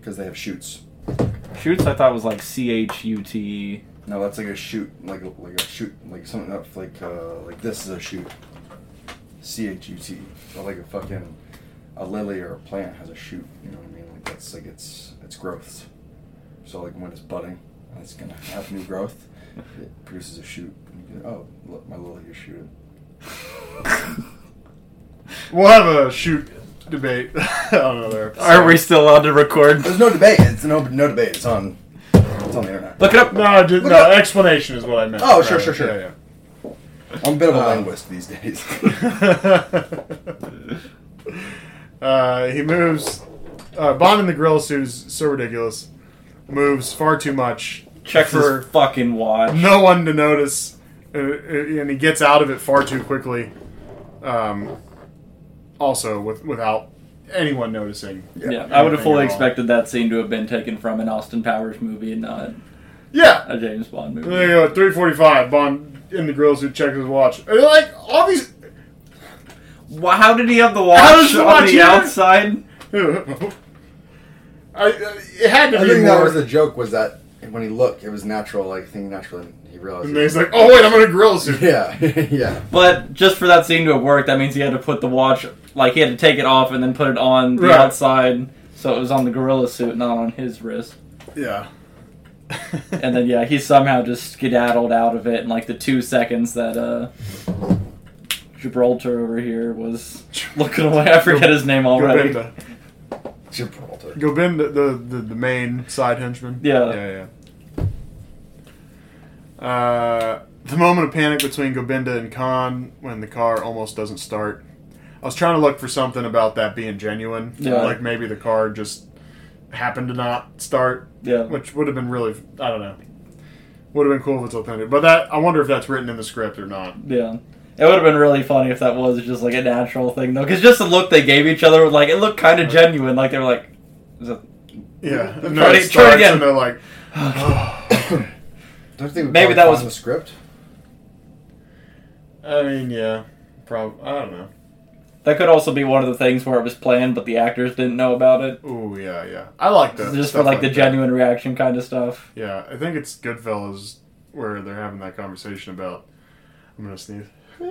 B: because they have shoots.
C: Shoots. I thought was like C H U T.
B: No, that's like a shoot, like a- like a shoot, like something up, like uh, like this is a shoot. C H U T, or like a fucking a lily or a plant has a shoot. You know what I mean? Like that's like it's it's growth. So like when it's budding, and it's gonna have new growth. It produces a shoot. And you go, oh, look, my little ears shooting.
C: E.
A: We'll have a shoot debate. I don't know there.
C: Are we still allowed to record?
B: There's no debate. It's no no debate. It's on. It's on the internet.
C: Look it up.
A: No, I did- no. Explanation is what I meant.
B: Oh, sure, sure, sure.
A: Yeah,
B: I'm a bit of a
A: Um,
B: linguist these days.
A: yeah. uh, he moves. Uh, Bond in the grill suit is so ridiculous. Moves far too much.
C: Check
A: for
C: for fucking watch.
A: no one to notice, uh, and he gets out of it far too quickly. Um, also, with without anyone noticing.
C: Yeah, I would have
A: Anything at
C: fully
A: all.
C: expected that scene to have been taken from an Austin Powers movie and not
A: Yeah,
C: a James Bond movie.
A: there you go. Three forty-five. Bond in the grill suit checks his watch. And, like all these.
C: Wha- How did he have the watch
A: How does the
C: on
A: watch
C: the
A: here?
C: outside?
A: I, I, uh, it had to
B: I
A: be
B: think that
A: more.
B: was the joke. Was that when he looked, it was natural. Like thing natural, and he realized.
A: and
B: it
A: then he's
B: was-
A: like, "Oh wait, I'm in a grill suit."
B: yeah, yeah.
C: But just for that scene to have worked, that means he had to put the watch, like he had to take it off and then put it on the
A: Right.
C: outside, so it was on the gorilla suit, not on his wrist.
A: Yeah.
C: And then yeah, he somehow just skedaddled out of it in like the two seconds that uh, Gibraltar over here was looking away. I forget his name already.
A: Gobinda.
B: Gibraltar.
A: Gobinda, the, the the main side henchman.
C: Yeah.
A: Yeah, yeah. Uh, the moment of panic between Gobinda and Khan when the car almost doesn't start. I was trying to look for something about that being genuine.
C: Yeah.
A: Like maybe the car just happened to not start,
C: Yeah,
A: which would have been really, I don't know. Would have been cool if it's authentic. But that I wonder if that's written in the script or not.
C: yeah. It would have been really funny if that was just like a natural thing though, because just the look they gave each other, like it looked kind of genuine. Like they were like, is it-
A: Yeah.
C: Try
A: No, it
C: it- try it
A: starts
C: again.
A: and they're like,
B: Don't you think we
C: Maybe
B: probably
C: that
B: found
C: was-
B: the script.
A: I mean, yeah. Prob- I don't know.
C: that could also be one of the things where it was planned, but the actors didn't know about it.
A: Ooh, yeah, yeah. I like that.
C: just for
A: stuff
C: like the
A: that.
C: genuine reaction kind of stuff.
A: Yeah, I think it's Goodfellas where they're having that conversation about. I'm gonna sneeze. Eh,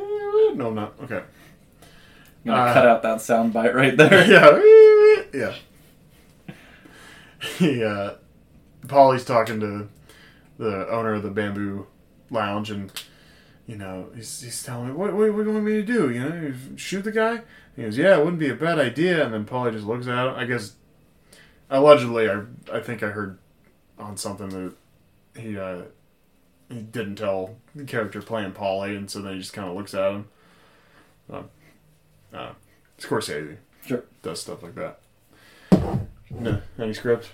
A: No, I'm not. Okay.
C: I'm gonna
A: Uh,
C: cut out that sound bite right there.
A: yeah. Yeah. He, uh, Paulie's talking to the owner of the Bamboo Lounge, and you know he's, he's telling me, "What what, what do you want me to do? You know, shoot the guy?" He goes, "Yeah, it wouldn't be a bad idea." And then Paulie just looks at him. I guess allegedly, I I think I heard on something that he uh, he didn't tell the character playing Paulie, and so then he just kind of looks at him. Um, uh, Scorsese
C: Sure.
A: does stuff like that. No, any script?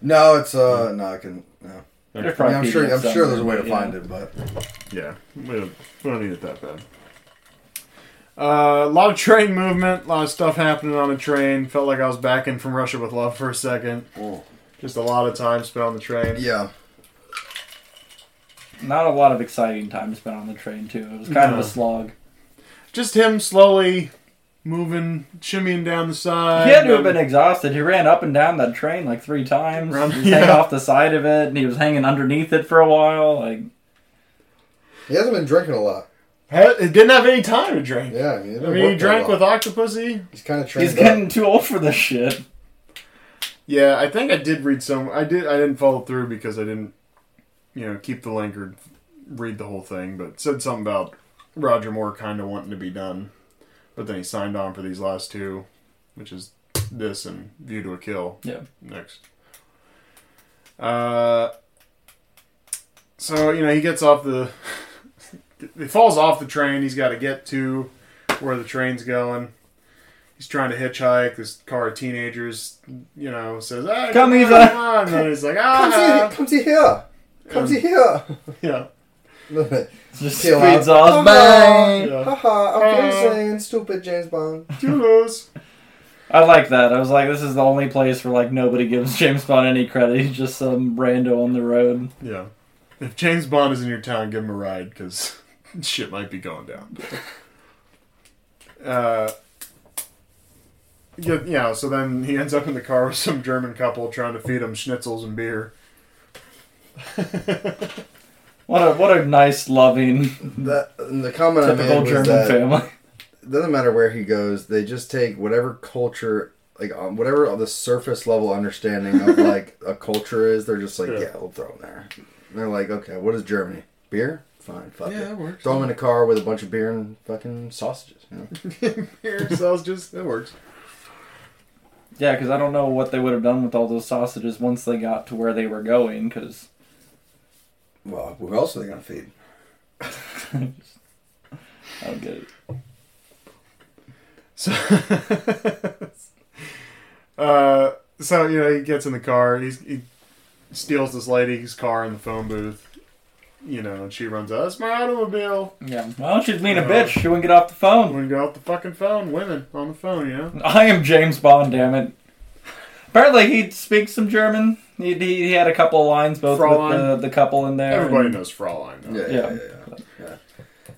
B: No, it's uh, no, I can. No.
C: There's
B: I
C: probably
B: am sure.
C: people
B: I'm sure there's a way to
C: somewhere,
B: find
C: yeah.
B: it, but
A: Yeah, we don't, we don't need it that bad. Uh, a lot of train movement, a lot of stuff happening on the train. Felt like I was back in from Russia with love for a second.
B: oh,
A: Just a lot of time spent on the train.
B: yeah.
C: Not a lot of exciting time spent on the train too. It was kind
A: No.
C: of a slog.
A: Just him slowly moving, shimmying down the side.
C: He had to have been exhausted. He ran up and down that train like three times.
A: Run-
C: he was hanging
A: yeah.
C: off the side of it, and he was hanging underneath it for a while. Like
B: He hasn't been drinking a lot.
A: Had- He didn't have any time to drink.
B: Yeah, I mean,
A: I mean, he drank with Octopussy.
B: He's kind of trained.
C: he's
B: up.
C: getting too old for this shit.
A: Yeah, I think I did read some. I did. I didn't follow through because I didn't, you know, keep the link or read the whole thing. But it said something about Roger Moore kind of wanting to be done, but then he signed on for these last two, which is this and View to a Kill.
C: Yeah.
A: Next. Uh. So you know he gets off the, he falls off the train. He's got to get to where the train's going. He's trying to hitchhike. This car of teenagers, you know, says, "Ah,
C: Come
A: on,
C: easy."
A: come on." And then he's like,
B: Come
A: "Ah,
B: see, come see here. Come see here.
A: yeah,
C: Just
B: Peel out.
C: speeds off. Bang!
A: yeah,
B: Haha, I'm
A: Uh.
B: playing stupid James Bond.
A: Toodles.
C: I like that. I was like, this is the only place where like nobody gives James Bond any credit. He's just some rando on the road.
A: yeah." If James Bond is in your town, give him a ride because shit might be going down. Uh, yeah, yeah. So then he ends up in the car with some German couple trying to feed him schnitzels and beer.
C: What a what a nice, loving,
B: That and the comment I made
C: typical
B: was
C: German
B: that
C: family.
B: it doesn't matter where he goes, they just take whatever culture, like um, whatever the surface level understanding of like a culture is. They're just like,
A: Yeah.
B: yeah, we'll throw him there. They're like, okay, what is Germany? Beer? Fine, fuck
A: Yeah,
B: it.
A: that works.
B: Throw them in a car with a bunch of beer and fucking sausages. You know?
A: Beer, sausages, that works.
C: Yeah, because I don't know what they would have done with all those sausages once they got to where they were going. Because
B: Well, who else are they gonna feed?
C: I don't get it.
A: So, uh, so you know, he gets in the car. He's, he steals this lady's car in the phone booth. You know, and she runs out. That's my automobile.
C: Yeah. Well, she's being a
B: Uh,
A: No.
C: bitch. She wouldn't get off the phone.
A: When you go off the fucking phone, women on the phone, you know.
C: I am James Bond, damn it. Apparently, he speaks some German. He, he, he had a couple of lines both
A: Fraulein.
C: with the, the couple in there.
A: Everybody
C: and-
A: knows Fraulein. Though.
B: Yeah, yeah, yeah, yeah.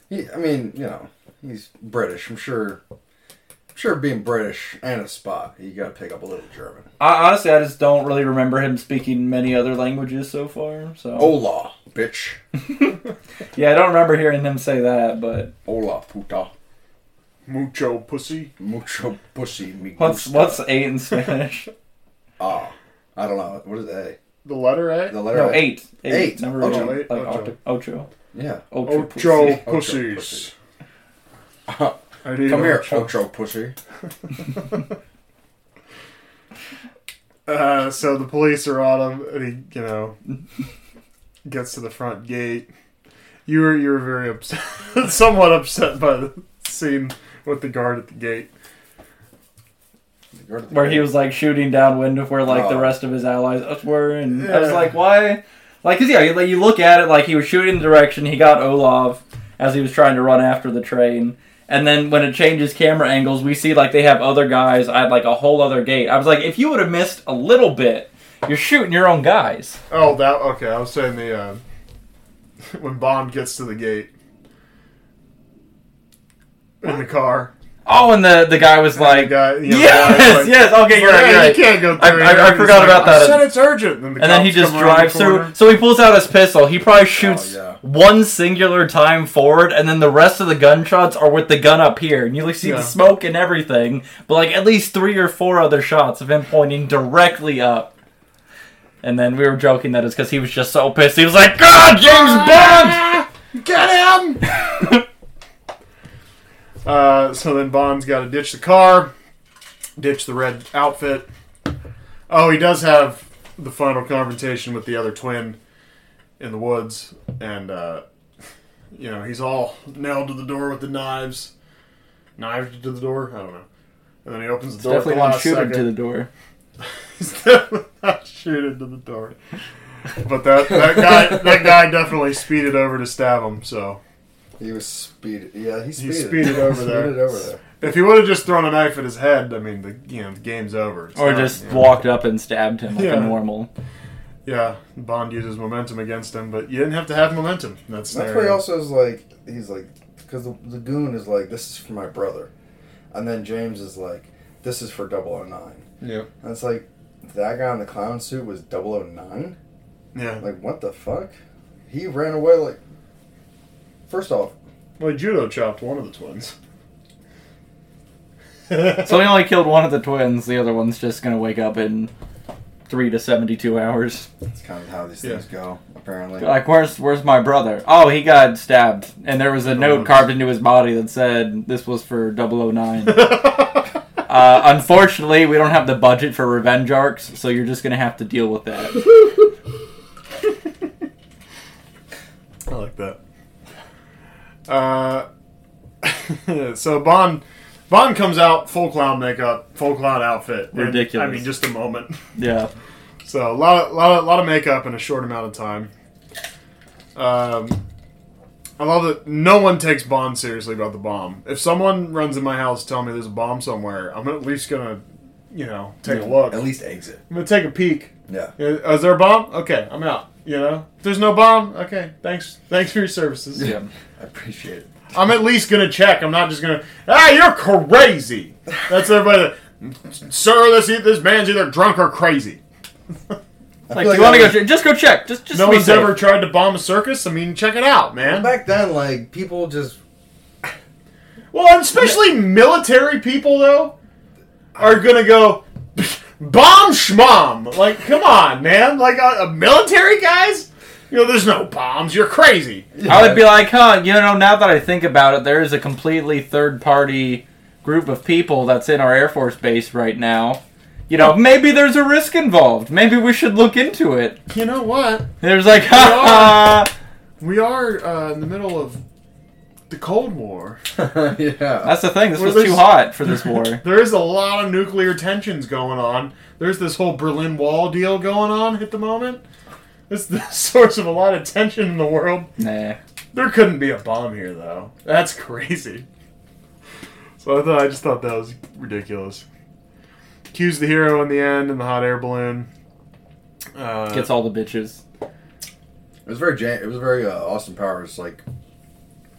B: yeah. He, I mean, you know, he's British. I'm sure. I'm sure, being British and a spy, you gotta pick up a little German.
C: I, honestly, I just don't really remember him speaking many other languages so far.
A: Oh.
C: So
B: Hola, bitch.
C: yeah, I don't remember hearing him say that. But
B: Hola, puta.
A: Mucho pussy.
B: Mucho pussy, me
C: what's
B: gusta.
C: what's eight in Spanish?
B: Ah, I don't know. What is A?
A: The letter A.
B: The letter
C: no,
B: A.
C: eight. Eight.
B: Eight.
C: Number
B: Ocho.
C: eight. Like
A: Ocho.
C: ocho. Ocho.
B: Yeah.
C: Ocho.
A: Ocho
C: pussy.
A: pussies.
B: pussy.
A: I need
B: Come here,
A: ocho.
B: Ocho pussy.
A: Uh, so the police are on him, and he, you know, gets to the front gate. You were you were very upset, somewhat upset by the scene with the guard at the gate.
C: Where he was like shooting downwind of where like the
B: Oh.
C: rest of his allies were, and I was
A: Yeah.
C: like, why? Like, 'cause, yeah, you, like, you look at it like he was shooting in the direction he got Olaf as he was trying to run after the train, and then when it changes camera angles, we see like they have other guys at like a whole other gate. I was like, if you would have missed a little bit, you're shooting your own guys.
A: Oh, that okay. I was saying the uh, when Bond gets to the gate in the car.
C: Oh, and the the guy was like,
A: the guy, you know, the guy's
C: yes,
A: like,
C: yes, okay, you're right,
A: "Yeah,
C: you're right.
A: you can't go
C: I-
A: through.
C: I-
A: here."
C: I
A: And
C: forgot
A: he's like,
C: about that.
A: I said it's urgent. And, the
C: and then he
A: cops
C: just
A: come around the
C: drives through.
A: corner.
C: So he pulls out his pistol. He probably shoots
B: Oh, yeah.
C: one singular time forward, and then the rest of the gunshots are with the gun up here, and you like see
A: Yeah.
C: the smoke and everything. But like at least three or four other shots of him pointing directly up. And then we were joking that it's because he was just so pissed. He was like, "God, James Bond!"
A: Ah!" Get him! uh, so then Bond's got to ditch the car, ditch the red outfit. Oh, he does have the final confrontation with the other twin in the woods, and uh, you know he's all nailed to the door with the knives, knived to the door. I don't know. And then he opens the door. at the last second.
C: door.
A: He's definitely not shooting to the door. But that, that guy that guy definitely speeded over to stab him. So
B: He was speeded. Yeah, he speeded.
A: speeded over there.
B: Speeded over there.
A: if he would have just thrown a knife at his head, I mean, the you know the game's over. It's
C: Or
A: not,
C: just
A: you know.
C: walked up and stabbed him like
A: Yeah.
C: a normal.
A: yeah. Bond uses momentum against him, but you didn't have to have momentum. That's
B: That's where he also is like, he's like, because the, the goon is like, this is for my brother. And then James is like, this is for 009.
A: yeah
B: And it's like, that guy in the clown suit was 009?
A: yeah.
B: Like, what the fuck? He ran away like. First off,
A: Well, he judo chopped one of the twins.
C: So he only killed one of the twins. The other one's just gonna wake up in three to seventy-two hours.
B: that's kind of how these things go, apparently.
C: Like, where's where's my brother? Oh, he got stabbed, and there was a note carved into his body that said, "This was for 009. uh, unfortunately, we don't have the budget for revenge arcs, so you're just gonna have to deal with that.
A: I like that. Uh, so Bond, Bond comes out full clown makeup, full clown outfit. And,
C: Ridiculous.
A: I mean, just a moment.
C: Yeah,
A: So a lot, of, lot, of, lot of makeup in a short amount of time. Um, I love that no one takes Bond seriously about the bomb. If someone runs in my house, tell me there's a bomb somewhere, I'm at least gonna, you know, take a look.
B: At least exit.
A: I'm gonna take a peek.
B: Yeah.
A: Yeah, Is there a bomb? Okay, I'm out. You know, if there's no bomb, okay, thanks, thanks for your services.
C: yeah.
B: I appreciate it.
A: I'm at least gonna check. I'm not just gonna. Ah, you're crazy. That's everybody. That, Sir, this e, this man's either drunk or crazy.
B: I
C: Like,
B: feel
C: do you want
B: I
C: to go?
B: was-
C: Check? Just go check. Just just
A: No
C: be
A: one's
C: safe.
A: ever tried to bomb a circus. I mean, check it out, man.
B: Back then, like, people just.
A: Well, and especially military people though are gonna go bomb schmom. Like, come on, man. Like uh, uh, military guys. You know, there's no bombs. You're crazy.
C: I would be like, huh, you know, now that I think about it, there is a completely third party group of people that's in our Air Force base right now. You know, maybe there's a risk involved. Maybe we should look into it.
A: You know what?
C: There's like, ha ha.
A: We are uh, in the middle of the Cold War.
B: yeah.
C: That's the thing. This
A: Well,
C: was
A: there's-
C: too hot for this war.
A: There is a lot of nuclear tensions going on. There's this whole Berlin Wall deal going on at the moment. It's the source of a lot of tension in the world.
C: Nah.
A: There couldn't be a bomb here, though. That's crazy. So I thought I just thought that was ridiculous. Q's the hero in the end in the hot air balloon. Uh,
C: Gets all the bitches.
B: It was very Jan- it was very uh, Austin Powers like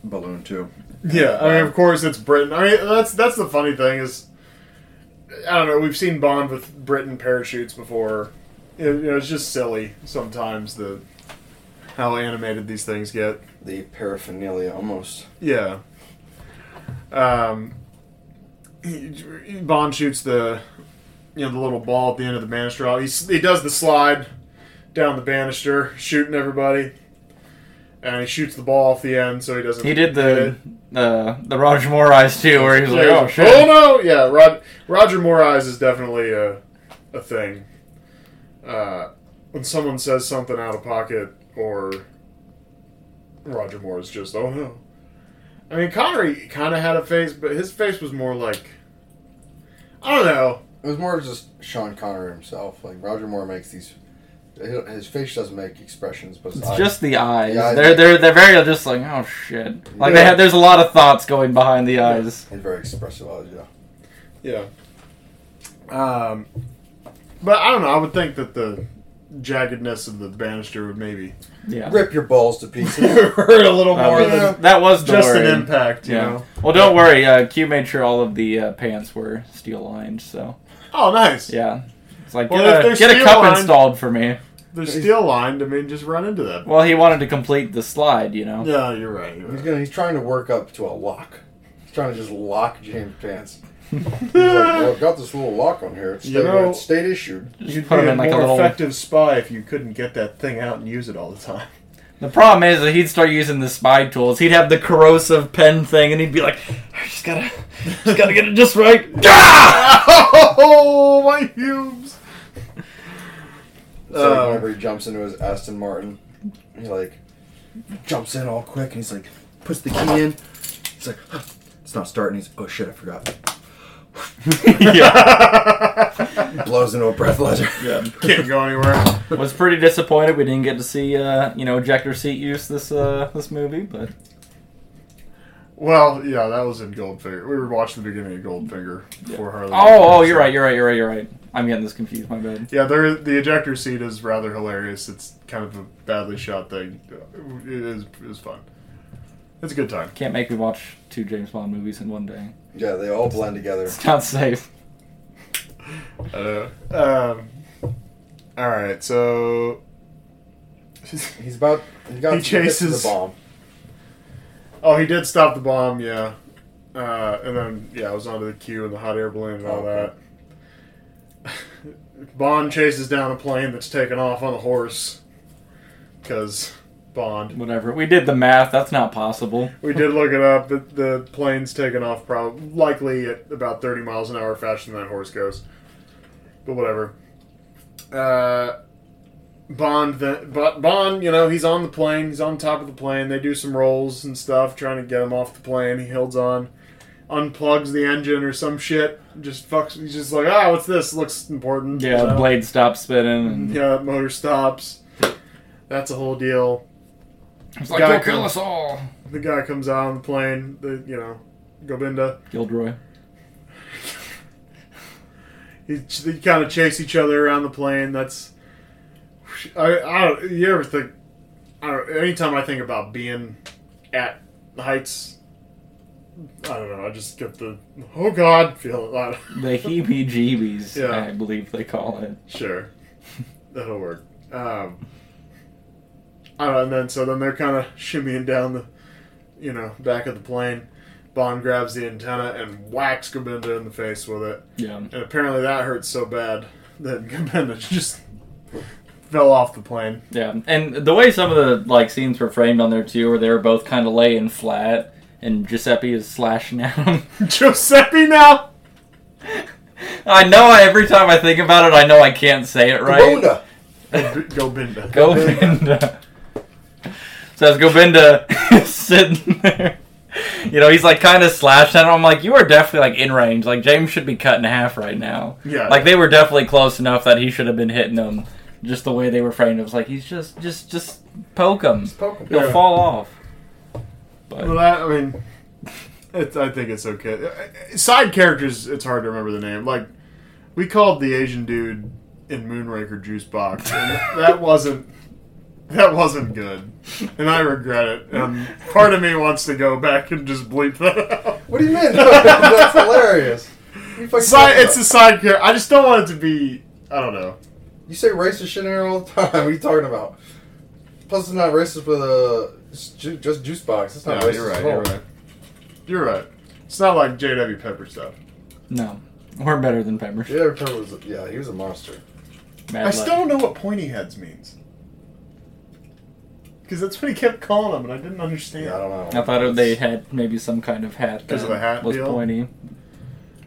B: balloon too.
A: Yeah, I mean, of course it's Britain. I mean, that's that's the funny thing is, I don't know. We've seen Bond with Britain parachutes before. It, you know, it's just silly sometimes the how animated these things get.
B: The paraphernalia almost.
A: Yeah. Um, he- Bond shoots the you know the little ball at the end of the banister. He s- he does the slide down the banister, shooting everybody, and he shoots the ball off the end so he doesn't.
C: He did
A: hit it.
C: the uh, the Roger Moore eyes too, where he's like,
A: Yeah,
C: oh shit.
A: no! Yeah, Rod, Roger Moore eyes is definitely a, a thing. Uh, when someone says something out of pocket, or Roger Moore is just, oh no. I mean, Connery kind of had a face, but his face was more like, I don't know.
B: It was more just Sean Connery himself. Like Roger Moore makes these. His face doesn't make expressions, but his
C: It's
B: eyes-
C: just the eyes.
B: eyes.
C: They're they're they're very just like oh shit. Like they
A: Yeah.
C: have, there's a lot of thoughts going behind the eyes.
B: he's very expressive. Eyes, yeah.
A: Yeah. Um, but I don't know. I would think that the jaggedness of the banister would maybe
C: Yeah.
B: Rip your balls to pieces.
A: hurt a little more
C: Um,
A: than
C: that was the
A: just
C: worry.
A: an impact, you
C: Yeah.
A: know?
C: Well, don't worry. Uh, Q made sure all of the uh, pants were steel lined, so
A: Oh, nice.
C: yeah. It's like
A: Well, if
C: get,
A: they're
C: a, get a
A: steel
C: cup
A: lined-
C: installed for me.
A: They're steel lined. I mean, just run into that.
C: Well, he wanted to complete the slide, you know.
A: Yeah, you're right.
B: he's gonna. He's trying to work up to a lock. He's trying to just lock James' pants. He's like, well, I've got this little lock on here. It's state,
A: You know-
B: it's state issued.
A: You'd
C: Just
A: be
C: put him
A: a
C: in like a
A: more
C: little.
A: effective spy if you couldn't get that thing out and use it all the time.
C: The problem is that he'd start using the spy tools. He'd have the corrosive pen thing, and he'd be like, "I just gotta, just gotta get it just right."
A: oh, my pubes!
B: It's like
A: Oh.
B: whenever he jumps into his Aston Martin, he like jumps in all quick and he's like puts the key in. It's like "Huh, it's not starting. He's oh shit, I forgot.
C: yeah.
B: Blows into a breathalyzer.
A: Yeah, can't go anywhere.
C: Was pretty disappointed we didn't get to see, uh, you know, ejector seat use this uh, this movie, but
A: Well, yeah, that was in Goldfinger. We were watching the beginning of Goldfinger before Harley.
C: oh, oh, you're right, you're right, you're right, you're right. I'm getting this confused. My bad.
A: Yeah, there the ejector seat is rather hilarious. It's kind of a badly shot thing. It is it's fun. It's a good time.
C: Can't make me watch two James Bond movies in one day.
B: Yeah, they all blend together.
C: It's not safe.
A: Uh, um, all right, so
B: He's about. He's got
A: He
B: to get to
A: chases-
B: the bomb.
A: Oh, he did stop the bomb, yeah. Uh, and then, yeah, it was onto the queue and the hot air balloon and all
B: Oh, okay.
A: that. Bond chases down a plane that's taken off on a horse. Because Bond.
C: Whatever. We did the math. That's not possible.
A: We did look it up. The, the plane's taken off probably likely at about 30 miles an hour faster than that horse goes. But whatever. Uh, Bond, then, but Bond, you know, he's on the plane. He's on top of the plane. They do some rolls and stuff, trying to get him off the plane. He holds on, unplugs the engine or some shit. Just fucks. He's just like, ah, what's this? Looks important.
C: Yeah.
A: You know?
C: Blade stops spinning. And
A: Yeah, motor stops. That's a whole deal.
C: It's
A: like, "You'll kill
C: us all.
A: The guy comes out on the plane, the you know, Gobinda.
C: Gilderoy.
A: He, they kind of chase each other around the plane. That's I, I don't. You ever think? I don't. Anytime I think about being at the heights, I don't know. I just get the oh god feel. I don't-
C: The heebie jeebies,
A: Yeah.
C: I believe they call it.
A: Sure, that'll work. Um, I don't know, and then so then they're kind of shimmying down the, you know, back of the plane. Bond grabs the antenna and whacks Gobinda in the face with it,
C: Yeah.
A: and apparently that hurts so bad that Gobinda just fell off the plane.
C: Yeah, and the way some of the like scenes were framed on there too, where they were both kind of laying flat, and Giuseppe is slashing at him.
A: Giuseppe now.
C: I know. I, every time I think about it, I know I can't say it right.
B: Boonda.
A: Go B- Go Binda.
C: Gobinda. so as Gobinda sitting there, you know, he's like kind of slashed at him. I'm like, you are definitely like in range. Like James should be cut in half right now.
A: Yeah.
C: Like they were definitely close enough that he should have been hitting them. Just the way they were framed, it was like he's just, just, just poke him.
B: Poke 'em.
C: He'll
A: Yeah.
C: fall off. But
A: Well, that, I mean, it, I think it's okay. Uh, Side characters, it's hard to remember the name. Like, we called the Asian dude in Moonraker Juice Box, and that wasn't that wasn't good, and I regret it. And part of me wants to go back and just bleep that out.
B: What do you mean? That's hilarious. You, fucking
A: Side, it's a side character. I just don't want it to be. I don't know.
B: you say racist shit in here all the time. What are you talking about? Plus, it's not racist with a it's ju- just juice box. It's not
A: No,
B: racist
A: you're
B: at
A: right.
B: all.
A: You're right. You're right. It's not like J.W. Pepper stuff.
C: no, we're better than Pepper.
B: Yeah, Pepper was a- yeah, he was a monster.
C: Mad
A: I
C: Lib.
A: still don't know what pointy heads means. Because that's what he kept calling them, and I didn't understand.
B: Yeah, I don't know.
C: I thought they had maybe some kind of hat that
A: 'Cause of the hat
C: was
A: deal?
C: pointy.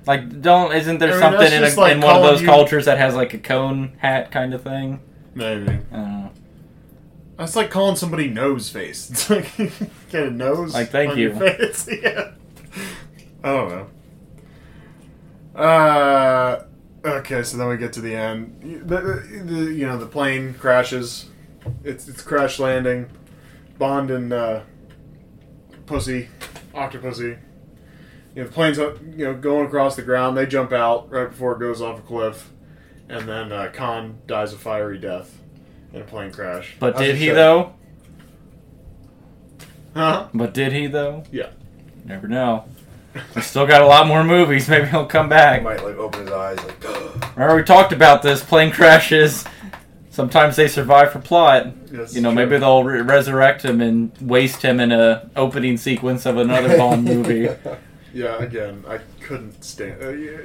C: Like, don't isn't there
A: I mean,
C: something
A: that's
C: in, a,
A: just like
C: in one of
A: calling
C: those
A: you-
C: cultures that has like a cone hat kind of thing?
A: Maybe.
C: I don't know.
A: That's like calling somebody nose face. It's like, you got a nose?
C: Like, thank
A: on
C: you.
A: Your face. yeah. I don't know. Uh, okay, so then we get to the end. You- The, the, the- you know, the plane crashes. It's, it's crash landing. Bond and uh, Pussy, Octopussy. You know, the plane's uh, you know going across the ground. They jump out right before it goes off a cliff, and then uh, Khan dies a fiery death in a plane crash.
C: But
B: How's
C: did
B: it
C: he
B: show?
C: though?
A: Huh?
C: But did he though?
A: Yeah.
C: Never know. We still got a lot more movies. Maybe he'll come
B: He
C: back.
B: might like open his eyes like. "Ugh."
C: Remember we talked about this. Plane crashes. Sometimes they survive for plot. You know, maybe they'll re- resurrect him and waste him in a opening sequence of another Bond movie. It
A: Yeah, again, I couldn't stand. Uh, yeah,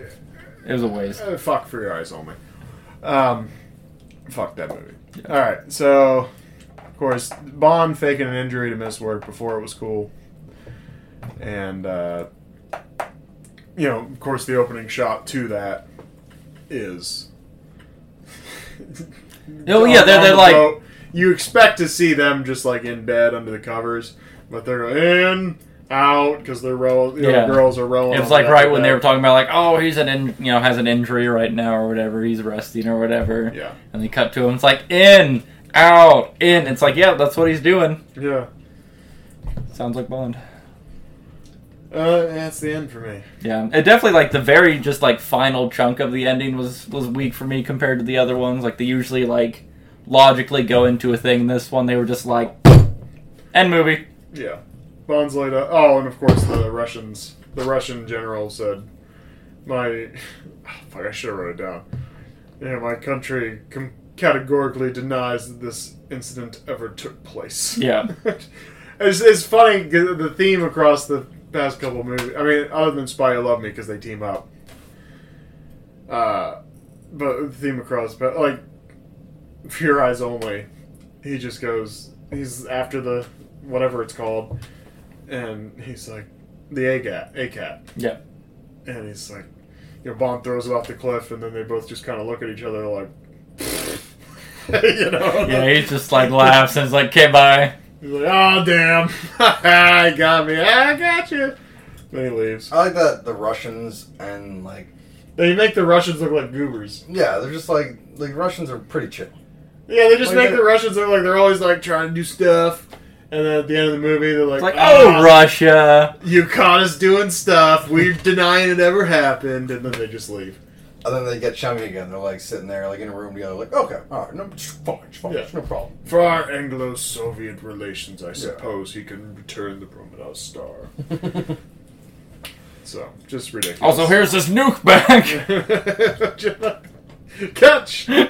C: was a waste.
A: uh, fuck for your eyes only. Um, fuck that movie. All right, so of course Bond faking an injury to miss work before it was cool, and uh, you know, of course, the opening shot to that is.
C: Oh, yeah, they're-
A: On
C: they're
A: the
C: like-
A: boat. you expect to see them just like in bed under the covers, but they're in out because they're rowing. You know,
C: Yeah.
A: girls are rowing.
C: It was
A: on
C: like
A: the
C: right when they were
A: back.
C: talking about like, oh, he's an in, you know has an injury right now or whatever, he's resting or whatever.
A: Yeah,
C: And they cut to him. It's like in, out, in. It's like yeah, that's what he's doing.
A: yeah.
C: Sounds like Bond.
A: Uh, that's the end for me.
C: Yeah, it definitely like the very just like final chunk of the ending was was weak for me compared to the other ones. Like they usually like logically go into a thing. This one they were just like end movie.
A: Yeah. Bonds laid out. Oh, and of course the Russians. The Russian general said, "My, fuck, I should have wrote it down. Yeah, my country com- categorically denies that this incident ever took place."
C: Yeah.
A: it's, it's funny 'cause the theme across the past couple movies. I mean, other than Spy You Love Me because they team up. Uh, but the theme across, but like, for your eyes only. He just goes. He's after the whatever it's called, and he's like the ACAT, ACAT,
C: Yeah.
A: and he's like, you know, Bond throws it off the cliff, and then they both just kind of look at each other like, you know,
C: Yeah, he just like laughs and is like, okay, bye.
A: He's like, oh damn, I got me, I got you. Then he leaves.
B: I like that the Russians and like
A: They make the Russians look like goobers.
B: yeah, they're just like like Russians are pretty chill.
A: Yeah, they just
B: Like
A: make
B: that-
A: the Russians look like they're always like trying to do stuff, and then at the end of the movie, they're like,
C: It's like oh
A: "Ah,
C: Russia.
A: You caught us doing stuff. We're denying it ever happened, and then they just leave.
B: And then they get chummy again. They're like sitting there like in a room together. Like okay, all right, no, it's fine, it's fine,
A: Yeah.
B: no problem.
A: For our Anglo-Soviet relations, I suppose he can return the Prometheus star. so, just ridiculous.
C: Also, here's this nuke back.
A: catch.
B: Why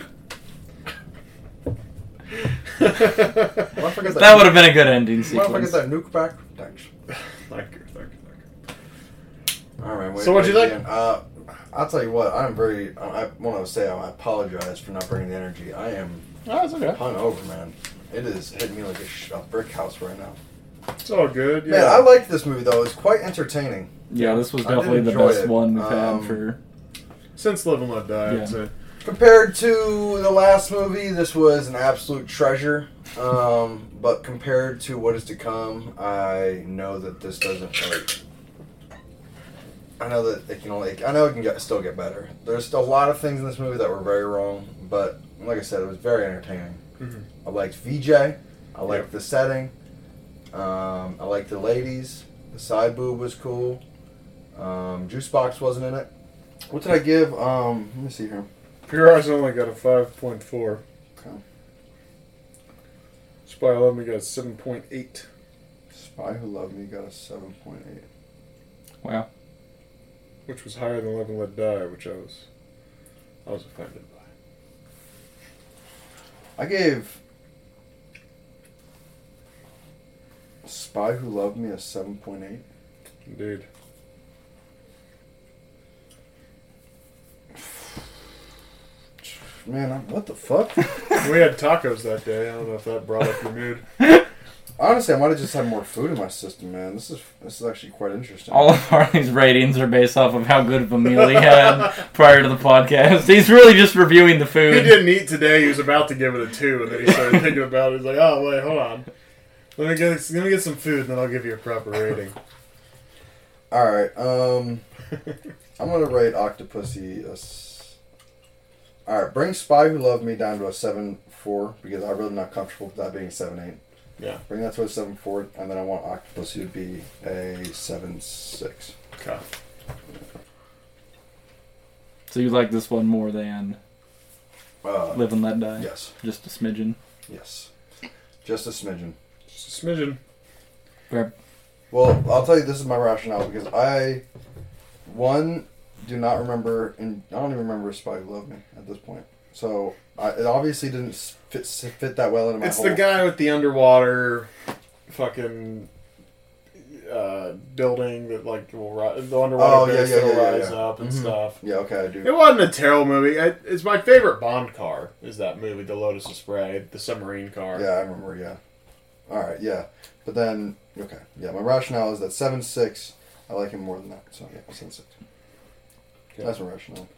B: forget
C: That would have been a good ending
B: Why forget
C: sequence.
B: that nuke back? Thanks.
A: Thank you, thank you, thank you.
B: All right. Wait,
A: So what'd you
B: wait,
A: think?
B: Ian, Uh, I'll tell you what. I'm very. I want to say I apologize for not bringing the energy. I am
A: Oh, it's okay.
B: Hungover, man. It is hitting me like a, sh- a brick house right now.
A: It's all good. Yeah.
B: Man, I like this movie though. It's quite entertaining.
C: Yeah, this was
B: I did
C: definitely the
B: enjoy
C: best
B: it.
C: one we've
B: Um,
C: had for.
A: Since Live and Let Die,
C: Yeah.
A: I'd say.
B: Compared to the last movie, this was an absolute treasure. Um, but compared to what is to come, I know that this doesn't like. I know that it can only. I know it can get, still get better. There's a lot of things in this movie that were very wrong, but like I said, it was very entertaining.
A: Mhm.
B: I liked VJ. I liked the setting. Um, I liked the ladies. The side boob was cool. Um, Juice Box wasn't in it. What did I give? Um, let me see here.
A: Pure Eyes only got a 5.4.
B: Okay.
A: Spy 11 got a 7.8.
B: Spy Who Loved Me got a 7.8.
C: Wow.
A: which was higher than Live and Let Die, which I was, I was offended by.
B: I gave Spy Who Loved Me a 7.8.
A: Indeed.
B: Man, I'm, what the fuck?
A: We had tacos that day. I don't know if that brought up your mood.
B: Honestly, I might have just had more food in my system, man. This is this is actually quite interesting.
C: All of Harley's ratings are based off of how good of a meal he had prior to the podcast. He's really just reviewing the
A: He
C: food.
A: didn't eat today. He was about to give it a two, and then he started thinking about it. He's like, "Oh wait, hold on. Let me get let me get some food, and then I'll give you a proper rating."
B: All right. Um, I'm gonna rate Octopussy a. S- All right, bring Spy Who Loved Me down to a seven four because I'm really not comfortable with that being seven eight.
A: Yeah.
B: Bring that to a seven four, and then I want Octopussy to be a seven six.
A: Okay.
C: So you like this one more than
B: Uh,
C: Live and Let Die?
B: yes,
C: Just a smidgen.
B: yes, just a smidgen.
A: Just a smidgen.
B: Well, I'll tell you, this is my rationale because I, one, do not remember, and I don't even remember if Spy Who Loved Me at this point. So I, it obviously didn't s- fit fit that well into my.
A: It's
B: whole-
A: the guy with the underwater, fucking. Uh, building that like will ri- the
B: Oh,
A: underwater
B: yeah,
A: base
B: yeah,
A: that'll
B: yeah, yeah,
A: rise
B: yeah. Mm-hmm.
A: up and
C: Mhm.
A: stuff.
B: Yeah, okay, I do.
A: It wasn't a terrible movie. I, it's my favorite Bond car. Is that movie, The Lotus of Spray, the submarine car?
B: Yeah, I remember. Yeah. All right. Yeah, but then okay. Yeah, my rationale is that seven six. I like him more than that. So yeah, seven six.
A: Okay.
B: That's my rationale.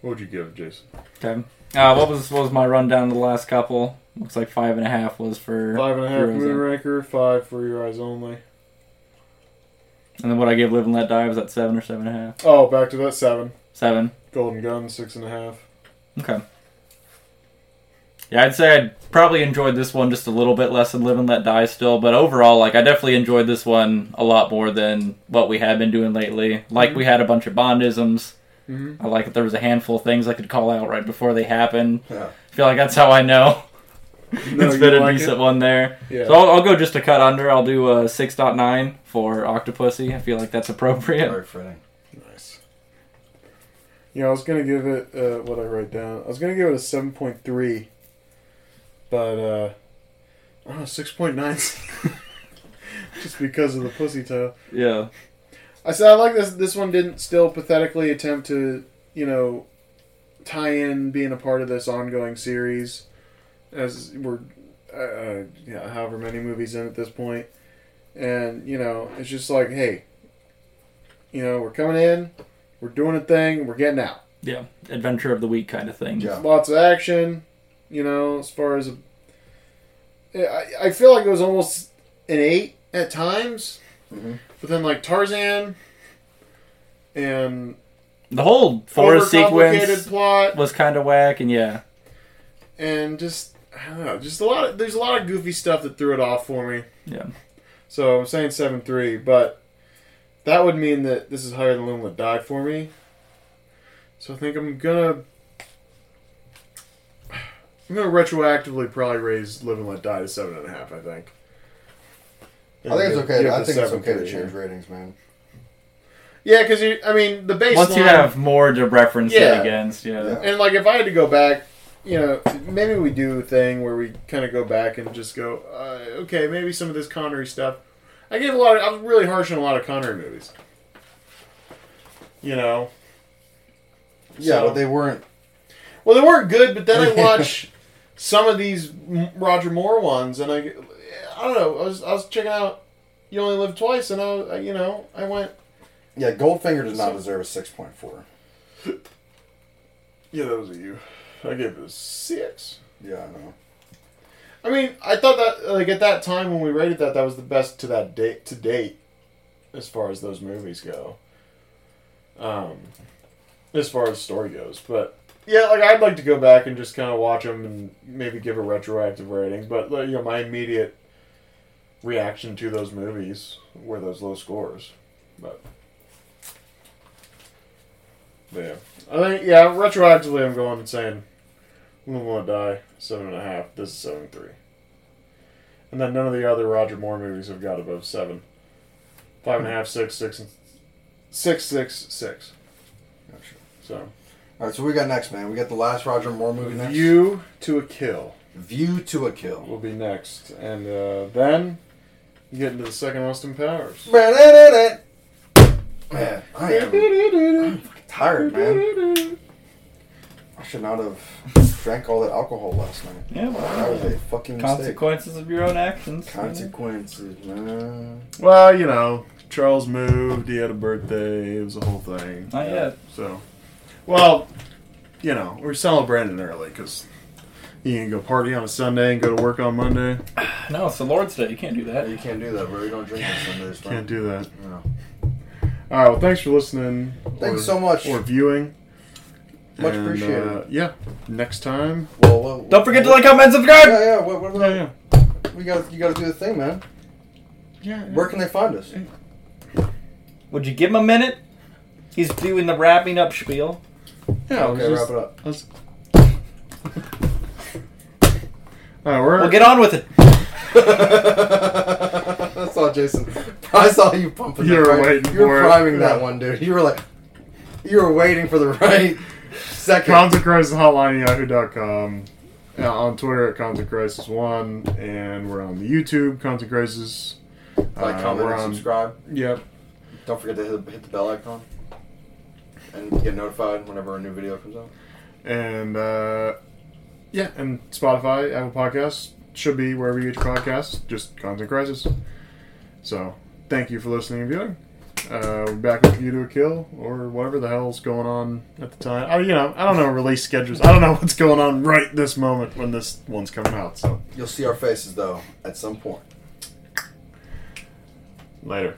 A: What would you give, Jason?
C: Okay. Uh, what was what was my rundown of the last couple? Looks like five and a half was for
A: Five and a half
C: Heroes
A: Moon
C: Up.
A: Ranker, five for your eyes only.
C: and then what I gave Live and Let Die was at seven or seven and a half.
A: Oh, back to that seven.
C: Seven.
A: Golden Gun, six and a half.
C: Okay. Yeah, I'd say I probably enjoyed this one just a little bit less than Live and Let Die still, but overall, like I definitely enjoyed this one a lot more than what we had been doing lately. Like we had a bunch of Bondisms.
A: Mm-hmm.
C: I like that there was a handful of things I could call out right before they happened.
B: Yeah.
C: I feel like that's how I know it's been a decent one there.
A: Yeah.
C: So I'll, I'll go just a cut under. I'll do uh, a 6.9 for Octopussy. I feel like that's appropriate.
B: Very fitting.
A: nice. You know, I was gonna give it uh, what I write down. I was gonna give it a seven point three, but uh, I don't know, six point nine. Just because of the pussy tail.
C: Yeah.
A: I said I like this. This one didn't still pathetically attempt to, you know, tie in being a part of this ongoing series, as we're, uh, yeah, however many movies in at this point, and you know, it's just like, hey, you know, we're coming in, we're doing a thing, we're getting out.
C: Yeah. Adventure of the week kind of thing.
B: Yeah.
A: Lots of action, you know, as far as. I, I feel like it was almost an eight at times,
C: Mm-hmm.
B: Mhm.
A: but then like Tarzan and
C: The whole forest
A: overcomplicated
C: sequence
A: plot
C: was kind of whack, and yeah.
A: and just I don't know, just a lot. Of, there's a lot of goofy stuff that threw it off for me.
C: Yeah.
A: So I'm saying seven three, but that would mean that this is higher than Loom Let Die for me. So I think I'm gonna. I'm gonna retroactively probably raise Live and Let Die to seven and a half. I think.
B: I think it's
A: Give-
B: okay.
A: give
B: I
A: the
B: think it's
A: 7.3
B: okay to
A: here.
B: change ratings, man.
A: Yeah, because you. I mean, the baseline.
C: Once you have more to reference
A: Yeah.
C: it against, yeah.
B: Yeah.
A: And like, if I had to go back, you know, maybe we do a thing where we kind of go back and just go, uh, okay, maybe some of this Connery stuff. I gave a lot. Of, I'm really harsh on a lot of Connery movies. You know,
B: Yeah,
A: So-
B: but they weren't.
A: well, they weren't good, but then I watch
E: some of these M- Roger Moore ones, and I, I don't know. I was I was checking out. You only live twice, and I, I you know, I went.
B: Yeah, Goldfinger does not
E: So-
B: deserve a six point four.
E: Yeah, that was a you. I gave it a six.
B: Yeah, I know.
E: I mean, I thought that like at that time when we rated that, that was the best to that date to date, as far as those movies go. Um, as far as story goes, but yeah, like I'd like to go back and just kind of watch them and maybe give a retroactive rating. But like, you know, my immediate reaction to those movies were those low scores, but. but yeah, I think yeah. Retroactively, I'm going and saying Moon Won't Die, seven and a half. This is seven three. And then none of the other Roger Moore movies have got above seven. Five and a half, six, six, and six, six, six.
B: Gotcha.
E: So
B: All right, so we got next, man. We got the last Roger Moore movie next.
E: View to a Kill
B: View to a Kill.
E: will be next, and uh, then you get into the second Austin Powers.
B: Man, I am tired, man. I should not have drank all that alcohol last night.
C: Yeah,
B: That was
C: well,
B: a fucking mistake.
C: consequences of your own actions.
B: Consequences, man.
A: Well, you know, Charles moved. He had a birthday. It was a whole thing.
C: Not yet.
A: So, well, you know, we're celebrating early because you can go party on a Sunday and go to work on Monday.
C: No, it's the Lord's Day. You can't do
B: You
C: that.
B: can't do that, bro. You don't drink on Sundays, man.
A: Can't do that.
B: No.
A: All right. Well, thanks for listening.
B: Thanks
A: or-
B: so much.
A: Or viewing.
B: Much
A: And,
B: appreciated.
A: uh, yeah. Next time.
B: Well, well,
C: Don't forget to like, comment, subscribe.
B: Yeah, yeah. What, what about,
A: Oh, Yeah.
B: We got you. Got to do the thing, man.
A: Yeah.
B: Where can they find us?
C: Would you give him a minute? He's doing the wrapping up spiel.
A: Yeah.
B: okay,
A: we'll just-
B: wrap it up.
A: let's- All right. We're
C: Well, get on with it.
B: I saw Jason. I saw you pumping.
A: You
B: that
A: were
B: right-
A: waiting
B: You were
A: for it.
B: priming that
A: Yeah.
B: one, dude. You were like, you were waiting for the right second.
A: Cons of Crisis Hotline Yahoo.com. Uh, on Twitter at Cons of Crisis One, and we're on the YouTube Cons of Crisis.
B: like,
A: Uh,
B: comment,
A: we're
B: and
A: on-
B: subscribe.
A: Yep.
B: Don't forget to hit, hit the bell icon and get notified whenever a new video comes out.
A: And uh, yeah, and Spotify, Apple Podcasts should be wherever you get your podcasts. Just Cons of Crisis. So thank you for listening and viewing. Uh, we're back with you to a kill or whatever the hell's going on at the time. I, you know, I don't know release schedules. I don't know what's going on right this moment when this one's coming out. So
B: You'll see our faces though at some point.
A: later.